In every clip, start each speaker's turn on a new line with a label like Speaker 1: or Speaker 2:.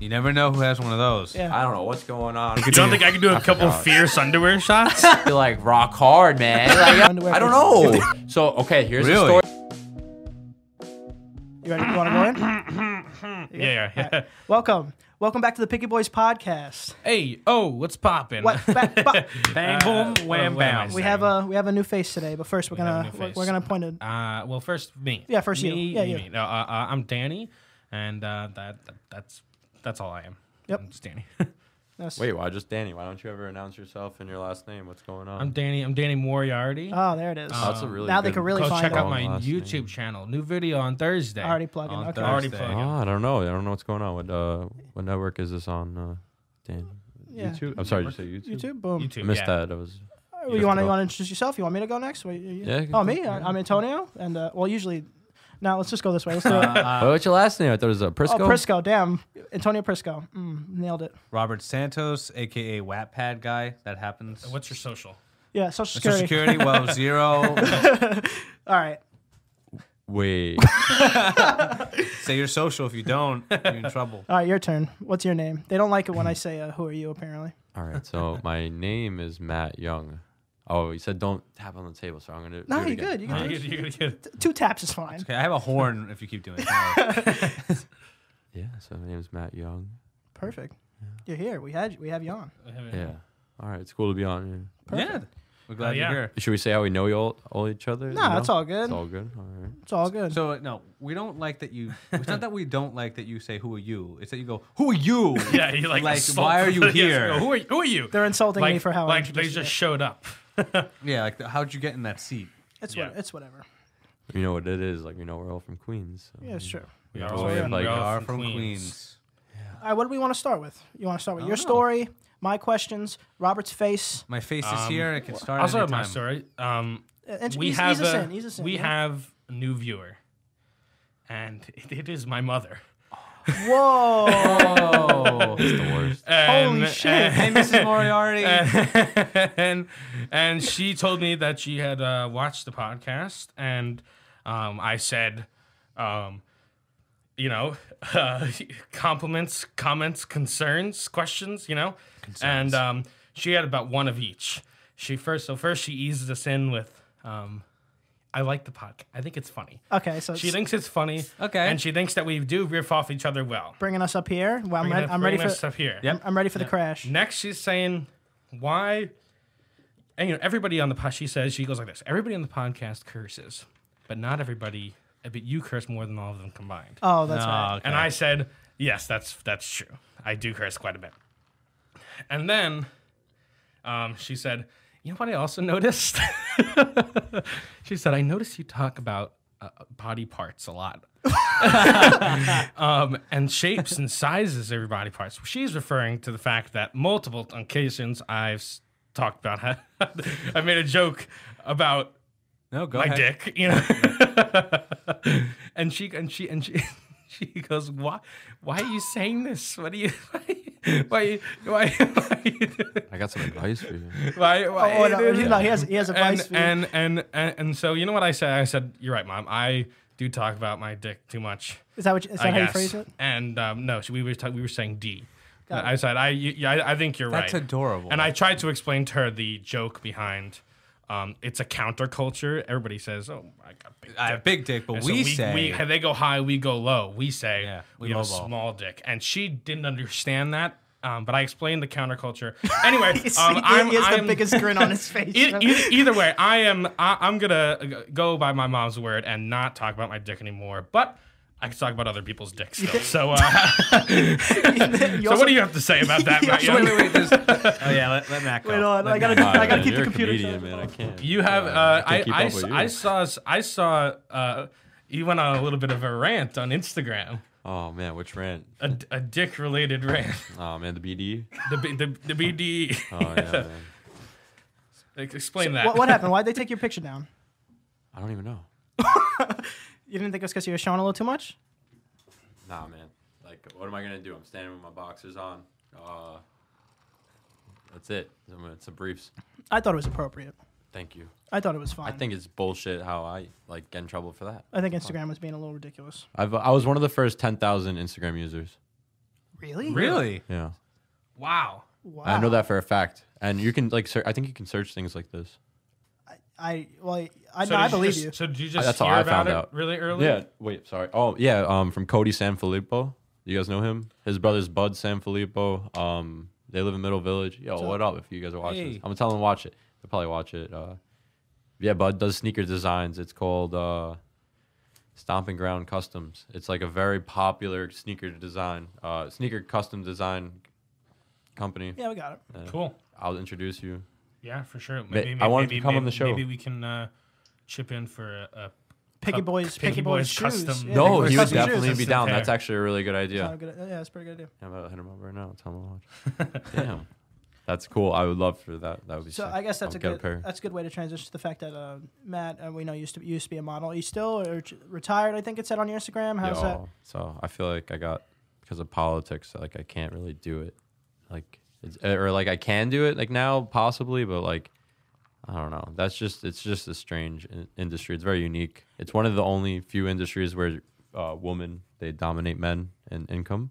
Speaker 1: You never know who has one of those.
Speaker 2: Yeah.
Speaker 3: I don't know what's going on.
Speaker 4: You don't think I could do a couple
Speaker 3: forgot.
Speaker 4: fierce underwear shots?
Speaker 3: feel like rock hard, man. Like,
Speaker 2: Underwear
Speaker 3: I don't
Speaker 2: versus-
Speaker 3: know. So okay, here's the
Speaker 1: Really?
Speaker 3: story.
Speaker 2: You ready? You want to go in?
Speaker 4: yeah, yeah. yeah.
Speaker 2: Welcome. Welcome back to the Picky Boys podcast.
Speaker 4: Hey, oh, what's popping?
Speaker 2: What? Uh, Back, bu-
Speaker 4: Bang, boom, wham, bam.
Speaker 2: we have a we have a new face today, but first we're
Speaker 4: have a
Speaker 2: gonna
Speaker 4: new
Speaker 2: we're,
Speaker 4: face.
Speaker 2: we're gonna point a
Speaker 4: Uh, well, first me.
Speaker 2: Yeah, first you.
Speaker 4: Me,
Speaker 2: Yeah,
Speaker 4: me,
Speaker 2: you.
Speaker 4: me. No, uh, uh, I'm Danny, and uh, that, that that's that's all I am.
Speaker 2: Yep.
Speaker 4: I'm just Danny.
Speaker 2: that's-
Speaker 3: Wait, why just Danny? Why don't you ever announce yourself and your last name? What's going on?
Speaker 4: I'm Danny. I'm Danny Moriarty.
Speaker 2: Oh, there it is.
Speaker 3: Oh, that's a really
Speaker 2: now they
Speaker 3: good-
Speaker 2: can really
Speaker 4: Go
Speaker 2: find
Speaker 4: check
Speaker 2: it.
Speaker 4: out my
Speaker 3: Long last
Speaker 4: YouTube
Speaker 3: name.
Speaker 4: channel. New video on Thursday.
Speaker 2: Already plugging.
Speaker 1: On
Speaker 2: Okay.
Speaker 4: Already
Speaker 1: Thursday.
Speaker 4: plugging.
Speaker 3: Oh, I don't know. I don't know what's going on. What uh, what network is this on? Uh, Danny.
Speaker 2: Yeah.
Speaker 3: YouTube. I'm sorry, did you say YouTube?
Speaker 2: YouTube. Boom.
Speaker 4: YouTube.
Speaker 3: I missed
Speaker 4: yeah.
Speaker 3: that. I was.
Speaker 2: Oh, you want to you want to introduce yourself? You want me to go next? Wait, you-
Speaker 3: Yeah, you can
Speaker 2: Oh,
Speaker 3: go.
Speaker 2: me. I, I'm Antonio, and uh, well, usually, now let's just go this way. Let's do it.
Speaker 3: Oh, what's your last name? I thought it was uh, Prisco.
Speaker 2: Oh, Prisco. Damn, Antonio Prisco. Mm, nailed it.
Speaker 1: Robert Santos, aka Wattpad guy. That happens.
Speaker 4: What's your social?
Speaker 2: Yeah, Social
Speaker 1: Social
Speaker 2: Security.
Speaker 1: Security? Well, zero.
Speaker 2: All right.
Speaker 3: Wait.
Speaker 1: Say your social. If you don't, you're in trouble.
Speaker 2: All right, your turn. What's your name? They don't like it when I say uh, "Who are you?" Apparently.
Speaker 3: All right. So my name is Matt Young. Oh, you said don't tap on the table, so I'm gonna. do
Speaker 2: No,
Speaker 3: it
Speaker 2: you're
Speaker 3: again.
Speaker 2: good. You can do
Speaker 4: You're gonna- you're gonna get-
Speaker 2: it. two taps is fine.
Speaker 1: Okay, I have a horn if you keep doing it.
Speaker 3: Yeah. So my name's Matt Young.
Speaker 2: Perfect. You're here. We had you. we have you on.
Speaker 3: Yeah. All right. It's cool to be on here.
Speaker 1: yeah. We're glad
Speaker 4: Oh, yeah.
Speaker 1: you're here.
Speaker 3: Should we say how we know you all, all each other?
Speaker 2: No,
Speaker 3: You know?
Speaker 2: it's all good.
Speaker 3: It's all good. All right.
Speaker 2: good.
Speaker 1: So uh, no, we don't like that you. It's not that we don't like that you say "Who are you." It's that you go "Who are you?"
Speaker 4: Yeah, you like,
Speaker 1: Like,
Speaker 4: assault
Speaker 1: why are you
Speaker 4: the- yes,
Speaker 1: here?
Speaker 4: no, who, are, who are you?
Speaker 2: They're insulting
Speaker 4: like,
Speaker 2: me for how I
Speaker 4: like they
Speaker 2: introduced
Speaker 4: just
Speaker 2: you.
Speaker 4: showed up.
Speaker 1: yeah, like the, how'd you get in that seat?
Speaker 2: It's
Speaker 4: Yeah.
Speaker 2: what, it's whatever.
Speaker 3: You know what it is. Like we know we're all from Queens. So.
Speaker 2: Yeah, it's true.
Speaker 4: We
Speaker 3: are
Speaker 4: are,
Speaker 3: all in, like,
Speaker 1: We
Speaker 3: Y'all
Speaker 1: are from Queens.
Speaker 2: All right, what do we want to start with? You want to start with
Speaker 1: I
Speaker 4: Oh.
Speaker 2: your
Speaker 1: don't know.
Speaker 2: story, my questions, Robert's face.
Speaker 1: My face is
Speaker 4: Um,
Speaker 1: here. It can start.
Speaker 4: I'll start with my
Speaker 1: anytime.
Speaker 4: story. Um,
Speaker 2: Uh, int-
Speaker 4: we
Speaker 2: ease-
Speaker 4: have
Speaker 2: ease us
Speaker 4: a,
Speaker 2: in, ease us in,
Speaker 4: we
Speaker 2: you know?
Speaker 4: have a new viewer, and it, it is my mother.
Speaker 2: Whoa!
Speaker 1: Oh,
Speaker 3: It's the worst.
Speaker 4: And,
Speaker 2: shit.
Speaker 1: hey, Mrs. Moriarty.
Speaker 4: and and she told me that she had uh, watched the podcast, and um, I said, um, you know, uh, compliments, comments, concerns, questions, you know, and um, she had about one of each. She first, so first she eases us in with, um, I like the podcast. I think it's funny.
Speaker 2: okay, so
Speaker 4: She
Speaker 2: it's
Speaker 4: thinks it's funny.
Speaker 1: Okay.
Speaker 4: And she thinks that we do riff off each other well.
Speaker 2: bringing us up here. Well, I'm,
Speaker 4: Bringing
Speaker 2: ready,
Speaker 4: us-
Speaker 2: I'm ready
Speaker 4: bringing
Speaker 2: for
Speaker 4: us up here.
Speaker 1: Yep.
Speaker 2: I'm ready for the crash.
Speaker 4: Next, she's saying, why? And you know, everybody on the podcast, she says, she goes like this everybody on the podcast curses, but not everybody, but you curse more than all of them combined.
Speaker 2: Oh, that's
Speaker 1: No,
Speaker 2: right.
Speaker 1: okay.
Speaker 4: And I said, yes, that's that's true. I do curse quite a bit. And then um, she said, you know what I also noticed? she said, I noticed you talk about uh, body parts a lot. um, and shapes and sizes of your body parts. She's referring to the fact that multiple occasions I've s- talked about how I made a joke about
Speaker 1: no, go
Speaker 4: my
Speaker 1: ahead.
Speaker 4: dick, you know. and she and she and she she goes, "Why? Why are you saying this? What are you? Why? Why? Why? Why?
Speaker 3: I got some advice for you.
Speaker 4: why, why
Speaker 2: Oh, no, he- no, he has he has advice
Speaker 4: and,
Speaker 2: for you.
Speaker 4: and, and and and so you know what I said? I said, "You're right, mom. I do talk about my dick too much."
Speaker 2: is that what you, is that
Speaker 4: I
Speaker 2: how you
Speaker 4: guess.
Speaker 2: phrase it?
Speaker 4: And um, no, so we were ta- we were saying D. I
Speaker 2: Got it.
Speaker 4: said I, you, yeah, I I think you're
Speaker 1: That's
Speaker 4: right.
Speaker 1: adorable.
Speaker 4: And I tried to explain to her the joke behind. Um, it's a counterculture. Everybody says, "Oh, I got big
Speaker 1: I
Speaker 4: dick."
Speaker 1: have big dick, but
Speaker 4: And so
Speaker 1: we, say
Speaker 4: we- they go high, we go low. We say
Speaker 1: Yeah, we
Speaker 4: we have a
Speaker 1: lowball.
Speaker 4: small dick, and she didn't understand that. Um, but I explained the counterculture. Anyway, um,
Speaker 2: He's- he,
Speaker 4: I'm,
Speaker 2: he has
Speaker 4: I'm
Speaker 2: the biggest grin on his face.
Speaker 4: e- e- either way, I am. I, I'm gonna go by my mom's word and not talk about my dick anymore. But I can talk about other people's dicks. Still. So, uh,
Speaker 2: so
Speaker 4: so what do you Oh, have to say about that?
Speaker 2: You
Speaker 4: Matt
Speaker 2: also-
Speaker 4: Young?
Speaker 1: Wait, wait, wait. There's, oh yeah, let, let Matt go.
Speaker 2: Wait on, I gotta
Speaker 3: Wow,
Speaker 2: I gotta
Speaker 3: man,
Speaker 2: keep
Speaker 3: you're
Speaker 2: the
Speaker 3: a
Speaker 2: computer.
Speaker 3: comedian, man. I can't.
Speaker 4: You have. Uh,
Speaker 3: I
Speaker 4: I,
Speaker 3: can't keep
Speaker 4: I,
Speaker 3: up
Speaker 4: s-
Speaker 3: with you.
Speaker 4: I saw. I saw. Uh, you went on a little bit of a rant on Instagram,
Speaker 3: Oh man, which rant?
Speaker 4: a, a dick-related rant.
Speaker 3: Oh man, the BD.
Speaker 4: The B- the, the BD.
Speaker 3: Oh yeah. man.
Speaker 4: Ex- Explain that.
Speaker 2: What, what happened? Why'd they take your picture down?
Speaker 3: I don't even know.
Speaker 2: You didn't think it was because you were showing a little too much?
Speaker 3: Nah, man. Like, what am I gonna do? I'm standing with my boxers on. Uh, that's it. I'm gonna- It's a briefs.
Speaker 2: I thought it was appropriate.
Speaker 3: Thank you.
Speaker 2: I thought it was fine.
Speaker 3: I think it's bullshit how I like get in trouble for that.
Speaker 2: I think Instagram was being a little ridiculous.
Speaker 3: I've I was one of the first ten thousand Instagram users.
Speaker 2: Really?
Speaker 1: Really?
Speaker 3: Yeah.
Speaker 4: Wow.
Speaker 2: Wow.
Speaker 3: I know that for a fact. And you can like, ser- I think you can search things like this.
Speaker 2: I well, I, I,
Speaker 4: So
Speaker 2: no,
Speaker 4: did
Speaker 2: I believe
Speaker 4: just,
Speaker 2: you.
Speaker 4: So did you just
Speaker 3: That's how
Speaker 4: hear
Speaker 3: I
Speaker 4: about
Speaker 3: found
Speaker 4: it
Speaker 3: out.
Speaker 4: really early?
Speaker 3: Yeah. Wait. Sorry. Oh, yeah. Um, from Cody Sanfilippo. You guys know him. His brother's Bud Sanfilippo. Um, they live in Middle Village. Yo, what up? If you guys are watching,
Speaker 1: Hey.
Speaker 3: this. I'm gonna tell them to watch it. They'll probably watch it. Uh, yeah, Bud does sneaker designs. It's called uh, Stomping Ground Customs. It's like a very popular sneaker design, uh, sneaker custom design company.
Speaker 2: Yeah, we got it.
Speaker 4: Cool.
Speaker 3: I'll introduce you.
Speaker 4: Yeah, for sure.
Speaker 3: I wanted to come on the show.
Speaker 4: Maybe we can uh, chip in for a, a
Speaker 2: Picky
Speaker 4: Cup-
Speaker 2: boys,
Speaker 4: Picky
Speaker 2: picky, boys,
Speaker 4: Boys
Speaker 2: shoes.
Speaker 4: custom.
Speaker 2: Yeah,
Speaker 3: No,
Speaker 2: Picky Boys
Speaker 3: he would
Speaker 2: custom shoes.
Speaker 3: definitely
Speaker 4: That's
Speaker 3: be
Speaker 4: a
Speaker 3: down.
Speaker 4: tear.
Speaker 3: That's actually a really good idea.
Speaker 2: Sound good- Yeah, that's a pretty good idea.
Speaker 3: I'm about to hit him up right now. and Tell him to watch. Damn, that's cool. I would love for that. That would be.
Speaker 2: So
Speaker 3: sick.
Speaker 2: I guess that's
Speaker 3: I'll
Speaker 2: a
Speaker 3: get
Speaker 2: good uh,
Speaker 3: pair.
Speaker 2: that's a good way to transition to the fact that uh, Matt uh, we know used to used to be a model. He's still or j- retired, I think it said on your Instagram. How's that?
Speaker 3: Yo, So I feel like I got because of politics. Like I can't really do it. Like it's, uh, or like I can do it like now possibly, but like I don't know. That's just it's just a strange in- industry. It's very unique. It's one of the only few industries where uh, women they dominate men in income.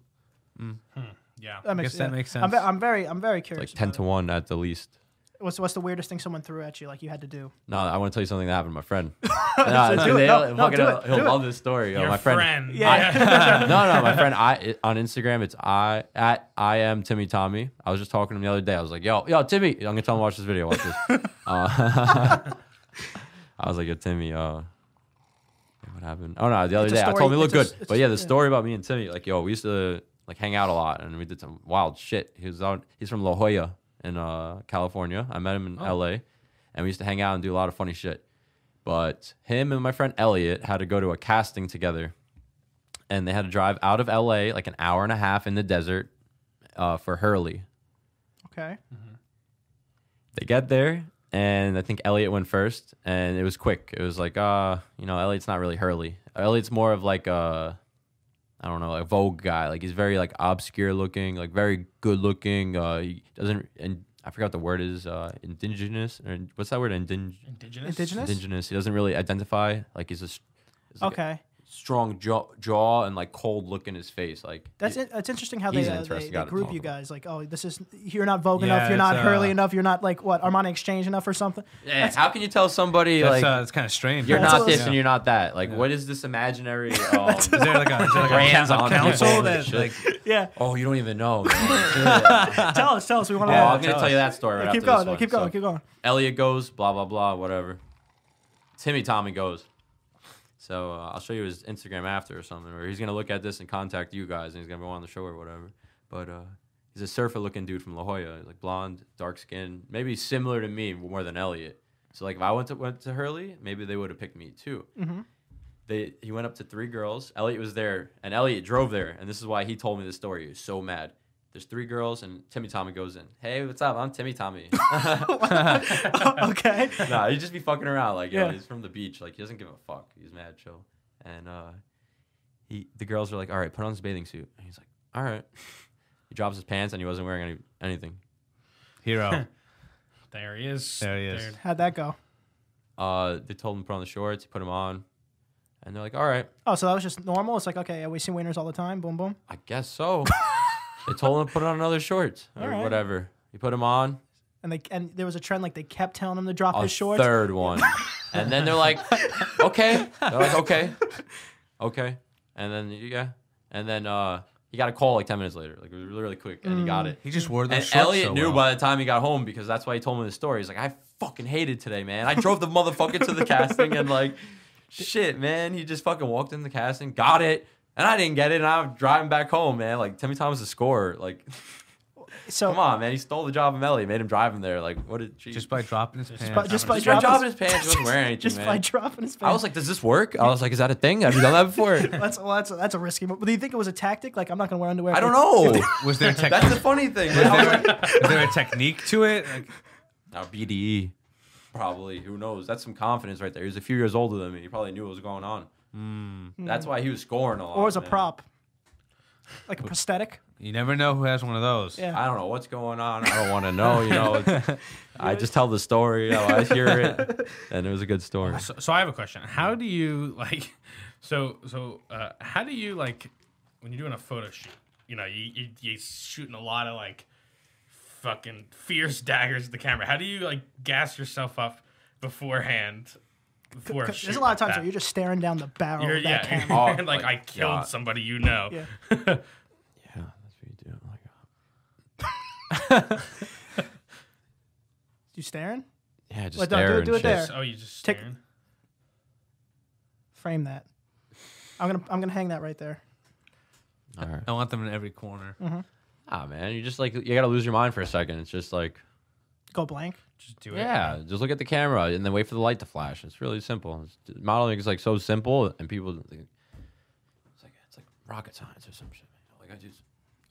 Speaker 4: yeah.
Speaker 2: That
Speaker 1: guess that makes
Speaker 2: I'm, ve-
Speaker 1: sense.
Speaker 2: I'm very I'm very
Speaker 3: It's
Speaker 2: curious.
Speaker 3: like ten
Speaker 2: about
Speaker 3: to one at the least.
Speaker 2: it. What's what's the weirdest thing someone threw at you like you had to do?
Speaker 3: No, I want to tell you something that happened to my friend. Nah, it's
Speaker 2: do it.
Speaker 3: really-
Speaker 2: No,
Speaker 3: he'll-
Speaker 2: no,
Speaker 3: fucking
Speaker 2: do
Speaker 3: he'll-
Speaker 2: it.
Speaker 3: He'll
Speaker 2: Do it.
Speaker 3: love this story. Yo,
Speaker 4: Your
Speaker 3: my friend.
Speaker 4: Yeah.
Speaker 3: no, no, my friend. I it- on Instagram, it's I at I am Timmy Tommy. I was just talking to him the other day. I was like, yo, yo, Timmy. I'm gonna tell him to watch this video. Watch this. Uh, I was like, yo, Timmy. Uh, what happened? Oh no, the other
Speaker 2: It's a
Speaker 3: day I
Speaker 2: story.
Speaker 3: told him it looked
Speaker 2: It's a-
Speaker 3: good.
Speaker 2: it's
Speaker 3: but
Speaker 2: a-
Speaker 3: yeah, the
Speaker 2: yeah.
Speaker 3: story about me and Timmy. Like, yo, we used to like hang out a lot, and we did some wild shit. He was out. He's from La Jolla in uh, California. I met him
Speaker 2: Oh.
Speaker 3: in L.A. And we used to hang out and do a lot of funny shit. But him and my friend Elliot had to go to a casting together and they had to drive out of LA like an hour and a half in the desert uh, for Hurley.
Speaker 2: Okay.
Speaker 3: They get there, and I think Elliot went first, and it was quick. It was like, uh, you know, Elliot's not really Hurley. Elliot's more of like a, I don't know, a Vogue guy. Like he's very like obscure looking, like very good looking. Uh, he doesn't, and I forgot what the word is uh, indigenous or what's that word? Indigenous.
Speaker 4: Indigenous.
Speaker 2: Indigenous?
Speaker 3: Indigenous. He doesn't really identify. Like he's a s- he's like a
Speaker 2: okay.
Speaker 3: strong jaw, jaw and like cold look in his face. Like
Speaker 2: That's in, it's interesting how
Speaker 3: He's
Speaker 2: they,
Speaker 3: an
Speaker 2: uh, they,
Speaker 3: interesting
Speaker 2: they
Speaker 3: guy to
Speaker 2: group
Speaker 3: talk
Speaker 2: you
Speaker 3: about.
Speaker 2: guys. Like, oh, this is you're not Vogue
Speaker 1: Yeah,
Speaker 2: enough, you're
Speaker 1: it's,
Speaker 2: not Hurley
Speaker 1: uh,
Speaker 2: enough, you're not like what Armani Exchange enough or something.
Speaker 3: Yeah, Eh, how can you tell somebody
Speaker 1: That's,
Speaker 3: like
Speaker 1: uh, that's kind of strange.
Speaker 3: you're
Speaker 1: right?
Speaker 2: that's
Speaker 3: not
Speaker 2: a-
Speaker 3: this and you're not that? Like, what is this imaginary? Um,
Speaker 1: Is there like a, is there like a
Speaker 3: Brands
Speaker 1: coun-
Speaker 3: on people
Speaker 1: council
Speaker 3: and
Speaker 1: that
Speaker 3: shit.
Speaker 1: like
Speaker 2: Yeah,
Speaker 3: oh, you don't even know. man. Shit.
Speaker 2: tell us, tell us. We want
Speaker 3: Oh,
Speaker 2: to
Speaker 3: I'm
Speaker 2: know.
Speaker 3: gonna tell you that story right
Speaker 2: keep
Speaker 3: after
Speaker 2: going,
Speaker 3: this one.
Speaker 2: keep going,
Speaker 3: So,
Speaker 2: keep going.
Speaker 3: Elliot goes, blah blah blah, whatever. Timmy Tommy goes. So uh, I'll show you his Instagram after or something, or he's gonna look at this and contact you guys, and he's gonna go on the show or whatever. But uh, he's a surfer-looking dude from La Jolla, like blonde, dark skin, maybe similar to me more than Elliot. So like if I went to went to Hurley, maybe they would have picked me too. They he went up to three girls. Elliot was there, and Elliot drove there, and this is why he told me this story. He was so mad. There's three girls, and Timmy Tommy goes in. Hey, what's up? I'm Timmy Tommy.
Speaker 2: okay.
Speaker 3: nah, he'd just be fucking around. Like, yo,
Speaker 2: Yeah.
Speaker 3: he's from the beach. Like, he doesn't give a fuck. He's mad chill. And uh, he, the girls are like, all right, put on his bathing suit. And he's like, all right. He drops his pants and he wasn't wearing any, anything.
Speaker 1: hero?
Speaker 4: There he is.
Speaker 1: There he is.
Speaker 2: How'd that go?
Speaker 3: Uh, they told him to put on the shorts. He put them on. And they're like, all right,
Speaker 2: Oh, so that was just normal. It's like okay, yeah, we see wieners all the time. Boom, boom.
Speaker 3: I guess so. they told him to put on another shorts or
Speaker 2: All right.
Speaker 3: whatever. He put them on.
Speaker 2: And they and there was a trend like they kept telling him to drop
Speaker 3: A
Speaker 2: his shorts.
Speaker 3: Oh, third one. and then they're like, okay. They're like, okay. Okay. And then, yeah. And then uh, he got a call like 10 minutes later. Like, it was really, really quick. And he got it.
Speaker 1: He just wore Mm. those
Speaker 3: And
Speaker 1: shorts.
Speaker 3: Elliot
Speaker 1: so
Speaker 3: knew
Speaker 1: well.
Speaker 3: by the time he got home because that's why he told me the story. He's like, I fucking hated today, man. I drove the motherfucker to the casting and like, shit, man. He just fucking walked in the casting, got it, and I didn't get it. And I'm driving back home, man. Like Timmy Thomas the scorer. Like,
Speaker 2: So
Speaker 3: come on, man. He stole the job from Elliot, made him drive him there. Like, what did she
Speaker 1: just by dropping his pants.
Speaker 2: by- just by
Speaker 3: Just
Speaker 2: dropping
Speaker 3: by dropping his pants, he wasn't wearing anything,
Speaker 2: just
Speaker 3: man.
Speaker 2: by dropping his
Speaker 3: I was like, does this work? I was like, is that a thing? Have you done that before?
Speaker 2: that's well, that's that's a risky move. But do you think it was a tactic? Like I'm not gonna wear underwear.
Speaker 3: I don't know.
Speaker 1: was there tech?
Speaker 3: That's
Speaker 1: was,
Speaker 3: the funny thing. man. I was like,
Speaker 1: there, was there a technique to it? Like,
Speaker 3: Now E. BDE, probably. Who knows? That's some confidence right there. He's a few years older than me. He probably knew what was going on. That's why he was scoring a lot.
Speaker 2: Hmm. Or as a
Speaker 3: Oh, man.
Speaker 2: prop, like a prosthetic.
Speaker 1: you never know who has one of those.
Speaker 2: Yeah.
Speaker 3: I don't know what's going on. I don't want to know. You know, I just tell the story. how I hear it, and it was a good story.
Speaker 4: So, so I have a question. How do you like? So so uh, how do you like when you're doing a photo shoot? you know, you, you you're shooting a lot of like fucking fierce daggers at the camera. How do you like gas yourself up beforehand? Before
Speaker 2: There's
Speaker 4: shoot
Speaker 2: a lot of
Speaker 4: like
Speaker 2: times where
Speaker 4: that?
Speaker 2: you're just staring down the barrel
Speaker 4: You're-
Speaker 2: of that
Speaker 4: yeah,
Speaker 2: camera.
Speaker 3: Oh,
Speaker 4: like
Speaker 3: like,
Speaker 4: I killed
Speaker 3: yeah.
Speaker 4: somebody, you know.
Speaker 2: Yeah.
Speaker 3: Yeah, that's what you do. Oh my god.
Speaker 2: You staring?
Speaker 3: Yeah, just
Speaker 2: Wait, no, do
Speaker 3: stare
Speaker 2: it-
Speaker 3: and
Speaker 2: do it
Speaker 3: shit.
Speaker 2: there.
Speaker 4: Oh, you just
Speaker 2: Tick.
Speaker 4: staring.
Speaker 2: Frame that. I'm gonna I'm gonna hang that right there.
Speaker 3: All right.
Speaker 1: I want them in every corner.
Speaker 3: Ah man, you just like you gotta lose your mind for a second. It's just like
Speaker 2: Go blank.
Speaker 4: Just do it.
Speaker 3: yeah, just look at the camera and then wait for the light to flash. It's really simple. It's, modeling is like so simple, and people think- it's like it's like rocket science or some shit. man. Like I just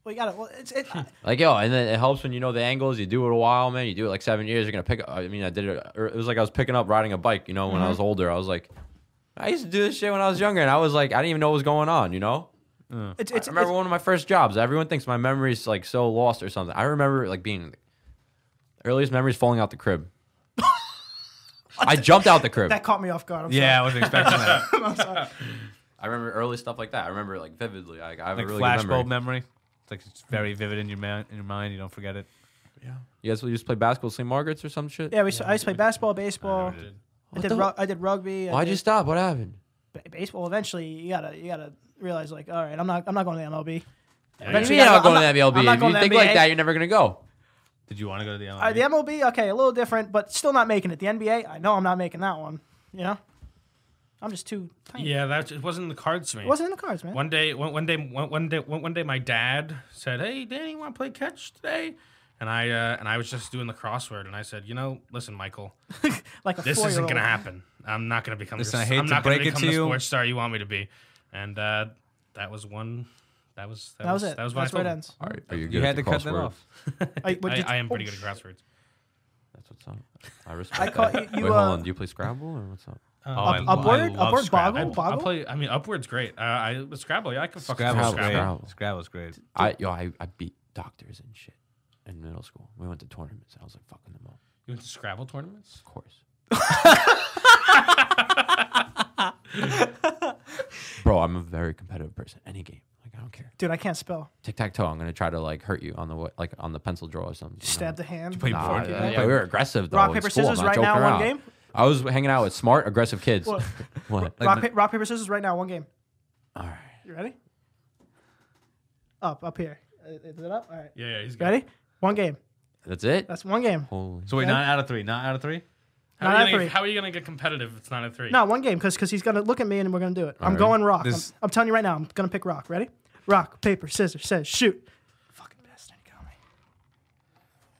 Speaker 2: Well, you got it. Well, it's it.
Speaker 3: Like yo, and then it helps when you know the angles. You do it a while, man. You do it like seven years. You're gonna pick. I mean, I did it. Or it was like I was picking up riding a bike. You know,
Speaker 4: Mm-hmm.
Speaker 3: when I was older, I was like, I used to do this shit when I was younger, and I was like, I didn't even know what was going on. You know,
Speaker 2: It's it's.
Speaker 3: I remember one of my first jobs. Everyone thinks my memory's like so lost or something. I remember like being earliest memories falling out the crib. I jumped out the crib.
Speaker 2: that caught me off guard. I'm
Speaker 1: Yeah, I wasn't expecting that.
Speaker 2: sorry. I'm sorry.
Speaker 3: I remember early stuff like that. I remember like vividly. Like, I have
Speaker 1: Like
Speaker 3: a really good
Speaker 1: flashbulb
Speaker 3: memory.
Speaker 1: memory. It's like it's very vivid in your man in your mind. You don't forget it.
Speaker 3: you guys used to play basketball, at St. Margaret's or some shit.
Speaker 2: Yeah, we. s I I used to play basketball, baseball.
Speaker 4: Dude.
Speaker 2: I
Speaker 3: the
Speaker 2: did.
Speaker 3: hell?
Speaker 2: Ru- I did rugby. I
Speaker 3: Why'd
Speaker 2: did
Speaker 3: you stop? What happened?
Speaker 2: ba- baseball. Eventually, you gotta you gotta realize like, all right, I'm not I'm not going to the MLB.
Speaker 3: What do
Speaker 2: Eventually,
Speaker 3: you mean
Speaker 2: I'm
Speaker 3: I'm going
Speaker 2: not-
Speaker 3: to the MLB?
Speaker 2: I'm not
Speaker 3: If
Speaker 2: going
Speaker 3: you
Speaker 2: to
Speaker 3: think
Speaker 2: NBA.
Speaker 3: like that, you're never going to go.
Speaker 1: Did you want to go to the?
Speaker 2: Uh, the MLB, okay, a little different, but still not making it. The NBA, I know I'm not making that one. You know, I'm just too tiny.
Speaker 4: Yeah, that it wasn't in the cards to me.
Speaker 2: It wasn't in the cards, man.
Speaker 4: One day, one, one day, one, one day, one, one day, my dad said, "Hey, Danny, you want to play catch today?" And I uh, and I was just doing the crossword, and I said, "You know, listen, Michael,
Speaker 2: like a
Speaker 4: this
Speaker 2: four
Speaker 4: isn't gonna happen. I'm not gonna become.
Speaker 1: Listen,
Speaker 4: the,
Speaker 1: I hate
Speaker 4: am
Speaker 1: to
Speaker 4: not gonna
Speaker 1: break it
Speaker 4: become
Speaker 1: to
Speaker 4: the
Speaker 1: you.
Speaker 4: sports star you want me to be." And uh, that was one. That was that,
Speaker 2: That was it.
Speaker 4: That was what
Speaker 2: That's
Speaker 4: I
Speaker 2: where it
Speaker 4: told him.
Speaker 2: ends.
Speaker 3: All right. Are you,
Speaker 1: You had to cut that off.
Speaker 2: I, what
Speaker 4: I,
Speaker 2: did-
Speaker 4: I am pretty
Speaker 2: oh,
Speaker 4: good at crosswords.
Speaker 3: That's what's up. I respect
Speaker 2: call-
Speaker 3: that.
Speaker 2: you- you,
Speaker 3: Wait, hold
Speaker 2: uh,
Speaker 3: on. Do you play Scrabble or what's up?
Speaker 1: Oh, I,
Speaker 2: Upward?
Speaker 1: I love
Speaker 2: Upward
Speaker 1: Scrabble.
Speaker 2: Boggle?
Speaker 4: I
Speaker 2: Boggle?
Speaker 4: play. I mean, upward's great. Uh, I Scrabble. Yeah, I can fucking
Speaker 1: Scrabble's
Speaker 4: Scrabble.
Speaker 1: great.
Speaker 4: Scrabble.
Speaker 3: Scrabble.
Speaker 1: Scrabble's great.
Speaker 3: I yo, I, I beat doctors and shit in middle school. We went to tournaments. I was like fucking them up.
Speaker 4: You went to Scrabble tournaments?
Speaker 3: Of course. Bro, I'm a very competitive person. Any game, like I don't care.
Speaker 2: Dude, I can't spell.
Speaker 3: Tic tac toe. I'm gonna try to like hurt you on the wa- like on the pencil draw or something. you know?
Speaker 2: Stab the hand.
Speaker 1: play
Speaker 3: Nah,
Speaker 1: board?
Speaker 3: yeah,
Speaker 1: Like,
Speaker 3: yeah, we were aggressive though.
Speaker 2: rock,
Speaker 3: in
Speaker 2: paper,
Speaker 3: school. I'm
Speaker 2: scissors
Speaker 3: not
Speaker 2: right now,
Speaker 3: joking
Speaker 2: one
Speaker 3: around.
Speaker 2: game?
Speaker 3: I was hanging out with smart, aggressive kids.
Speaker 2: What?
Speaker 3: what?
Speaker 2: rock, pa- rock paper scissors right now. One game.
Speaker 3: All right.
Speaker 2: You ready? Up, up here. Uh, Is it up? All right.
Speaker 4: Yeah, yeah, he's good.
Speaker 2: Ready? One game.
Speaker 3: That's it.
Speaker 2: That's one game.
Speaker 3: Holy.
Speaker 1: So wait, not out of three. Not out of three.
Speaker 4: How,
Speaker 2: Nine
Speaker 4: are
Speaker 2: out
Speaker 4: you
Speaker 2: of
Speaker 4: gonna,
Speaker 2: three.
Speaker 4: how are you gonna get competitive if it's not a three?
Speaker 2: No, one game, because he's gonna look at me and we're gonna do it. I'm
Speaker 3: right.
Speaker 2: going rock.
Speaker 1: This-
Speaker 2: I'm, I'm telling you right now, I'm gonna pick rock. Ready? Rock, paper, scissors, says shoot. Fucking bastard, he got me.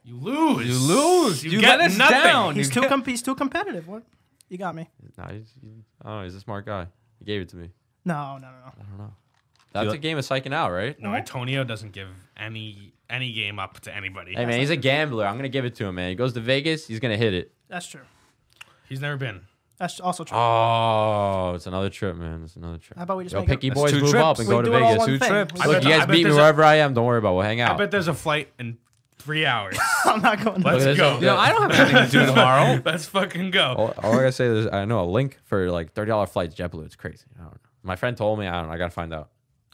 Speaker 4: You lose.
Speaker 1: You lose. You let us
Speaker 3: Oh,
Speaker 1: down.
Speaker 2: He's
Speaker 1: You
Speaker 2: too
Speaker 1: get-
Speaker 2: com- he's too competitive. What? You got me.
Speaker 3: Nah, he's, he- I don't know. He's a smart guy. He gave it to me.
Speaker 2: No, no, no, no.
Speaker 3: I don't know. That's
Speaker 1: You-
Speaker 3: a game of psyching out, right?
Speaker 4: No, Antonio doesn't give any any game up to anybody.
Speaker 3: Hey man, he's a gambler. I'm gonna give it to him, man. He goes to Vegas, he's gonna hit it.
Speaker 2: That's true.
Speaker 4: He's never been.
Speaker 2: That's also true.
Speaker 3: Oh, it's another trip, man. It's another trip.
Speaker 2: How about we just
Speaker 3: Yo,
Speaker 2: make it-
Speaker 3: picky
Speaker 1: That's
Speaker 3: boys
Speaker 1: two
Speaker 3: move
Speaker 1: trips.
Speaker 3: up and
Speaker 1: We
Speaker 3: go to
Speaker 2: do it all
Speaker 3: Vegas.
Speaker 2: one
Speaker 3: Look,
Speaker 2: thing.
Speaker 1: trips.
Speaker 2: We
Speaker 4: I
Speaker 2: do-
Speaker 4: bet-
Speaker 3: you guys
Speaker 4: bet
Speaker 3: beat me
Speaker 4: there's a-
Speaker 3: wherever I am. Don't worry about. it. We'll hang
Speaker 4: I
Speaker 3: out.
Speaker 4: bet there's a flight in three hours.
Speaker 2: I'm not going.
Speaker 4: Let's
Speaker 2: to
Speaker 3: this.
Speaker 4: go.
Speaker 1: You know, I don't have anything to do tomorrow.
Speaker 4: Let's fucking go.
Speaker 3: all, all I gotta say is I know a link for like thirty dollar flights. JetBlue. It's crazy. I don't know. My friend told me. I don't. know. I gotta find out.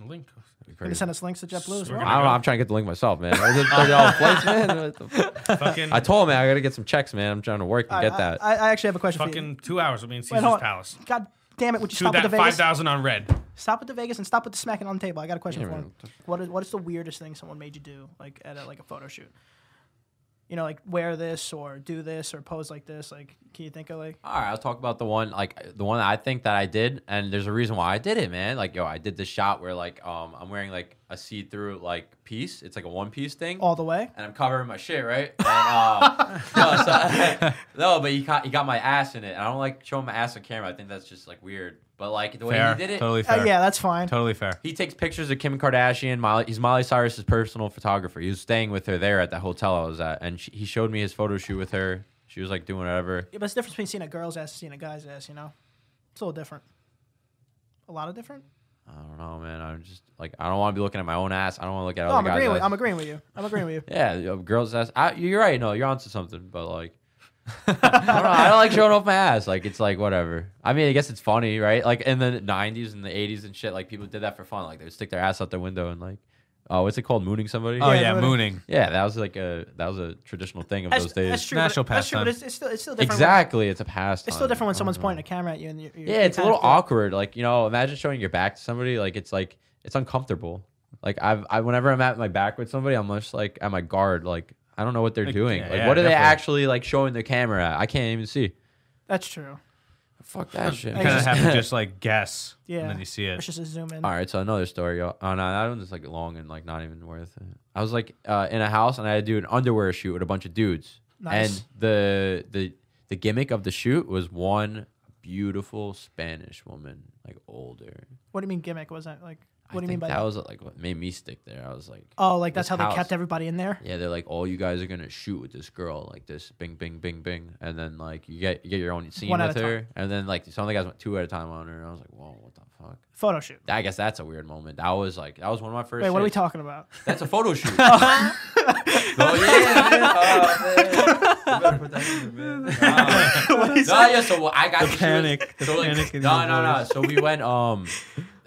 Speaker 4: Link.
Speaker 3: It'd be
Speaker 2: Can you
Speaker 3: crazy.
Speaker 2: send us links to JetBlue as
Speaker 4: We're
Speaker 2: well?
Speaker 4: gonna-
Speaker 3: I don't know. I'm trying to get the link myself, man. Is it thirty dollar flights, man? What the fuck?
Speaker 4: Fucking
Speaker 3: I told him I gotta get some checks, man. I'm trying to work and
Speaker 2: I-
Speaker 3: get that.
Speaker 2: I, I actually have a question for you.
Speaker 4: fucking two hours. I mean,
Speaker 2: Wait,
Speaker 4: Caesar's
Speaker 2: hold on.
Speaker 4: Palace.
Speaker 2: God damn it! Would you
Speaker 4: Two
Speaker 2: stop at the
Speaker 4: that five
Speaker 2: Vegas?
Speaker 4: thousand on red.
Speaker 2: Stop at the Vegas and stop with the smacking on the table. I got a question
Speaker 3: Yeah,
Speaker 2: for
Speaker 3: man.
Speaker 2: you. What is what is the weirdest thing someone made you do, like at a, like a photo shoot? You know, like wear this or do this or pose like this. Like, can you think of like?
Speaker 3: All right, I'll talk about the one like uh, the one I think that I did, and there's a reason why I did it, man. Like yo, I did this shot where like um I'm wearing like a see through like piece. It's like a one piece thing.
Speaker 1: Oh.
Speaker 2: all the way.
Speaker 3: And I'm covering my shit, right? And, uh, no, so- no, but he got, he got my ass in it. And I don't like showing my ass on camera. I think that's just like weird. But like the way
Speaker 1: Fair.
Speaker 3: he did it,
Speaker 1: Totally
Speaker 2: Uh,
Speaker 1: fair.
Speaker 2: yeah, that's fine.
Speaker 1: Totally fair.
Speaker 3: he takes pictures of Kim Kardashian. Miley, he's Miley Cyrus's personal photographer. He was staying with her there at that hotel I was at, and she, he showed me his photo shoot with her. She was like doing whatever.
Speaker 2: Yeah, but it's the difference between seeing a girl's ass and seeing a guy's ass. You know, it's a little different. A lot of different.
Speaker 3: I don't know, man. I'm just like I don't want to be looking at my own ass. I don't want to look at
Speaker 2: No, I'm
Speaker 3: other
Speaker 2: agreeing.
Speaker 3: guys.
Speaker 2: With, I'm
Speaker 3: asses.
Speaker 2: agreeing with you. I'm agreeing with you.
Speaker 3: yeah, you know, girls' ass. I, you're right. No, you're onto something. But like, I don't know. I don't like showing off my ass. Like it's like whatever. I mean, I guess it's funny, right? Like in the '90s and the '80s and shit, like people did that for fun. Like they would stick their ass out their window and like oh, what's it called? Mooning somebody?
Speaker 1: Oh
Speaker 2: Yeah,
Speaker 1: yeah,
Speaker 2: mooning.
Speaker 1: mooning.
Speaker 3: yeah, that was like a that was a traditional thing of
Speaker 2: That's,
Speaker 3: those days.
Speaker 2: that's true. but-
Speaker 1: National
Speaker 2: that's true,
Speaker 1: pastime.
Speaker 2: but it's, it's still it's still different. when-
Speaker 3: exactly, it's a past.
Speaker 2: it's still different when someone's pointing a camera at you and you're, you're
Speaker 3: Oh, Yeah, it's a
Speaker 2: kind of
Speaker 3: little
Speaker 2: feel-
Speaker 3: awkward. Like you know, imagine showing your back to somebody. Like it's like it's uncomfortable. Like I've I whenever I'm at my back with somebody, I'm just like at my guard. Like I don't know what they're doing.
Speaker 1: yeah,
Speaker 3: like
Speaker 1: yeah,
Speaker 3: what are they
Speaker 1: definitely.
Speaker 3: actually like showing the camera? at? I can't even see.
Speaker 2: That's true.
Speaker 3: Fuck that shit.
Speaker 1: You kind of
Speaker 2: just-
Speaker 1: have to just like guess,
Speaker 2: Yeah.
Speaker 1: and then you see
Speaker 2: It's
Speaker 1: it.
Speaker 2: just a zoom in.
Speaker 3: All right, so another story. y'all. Oh no, that one's just, like long and like not even worth it. I was like uh, in a house and I had to do an underwear shoot with a bunch of dudes.
Speaker 2: Nice.
Speaker 3: And the the the gimmick of the shoot was one beautiful Spanish woman, like older.
Speaker 2: What do you mean gimmick? Was that like?
Speaker 3: I
Speaker 2: What do you mean
Speaker 3: think
Speaker 2: by
Speaker 3: that?
Speaker 2: that?
Speaker 3: was like what made me stick there. I was like,
Speaker 2: oh, like that's
Speaker 3: this
Speaker 2: how they
Speaker 3: house.
Speaker 2: kept everybody in there.
Speaker 3: yeah, they're like, oh, you guys are gonna shoot with this girl, like this, bing, bing, bing, bing, and then like you get you get your own scene
Speaker 2: One at
Speaker 3: with
Speaker 2: a
Speaker 3: her, and then like some of the guys went two at a time on her, and I was like, whoa, what the fuck?
Speaker 2: Photo shoot.
Speaker 3: I guess that's a weird moment. That was like that was one of my first.
Speaker 2: Wait, what are we
Speaker 3: shits.
Speaker 2: talking about?
Speaker 3: That's a photo shoot. oh, yeah, yeah. Oh, man. You better put that in there, man. No, yeah, so I got the
Speaker 1: panic, the
Speaker 3: so like,
Speaker 1: panic in
Speaker 3: no,
Speaker 1: your
Speaker 3: no, no.
Speaker 1: voice.
Speaker 3: So we went. Um,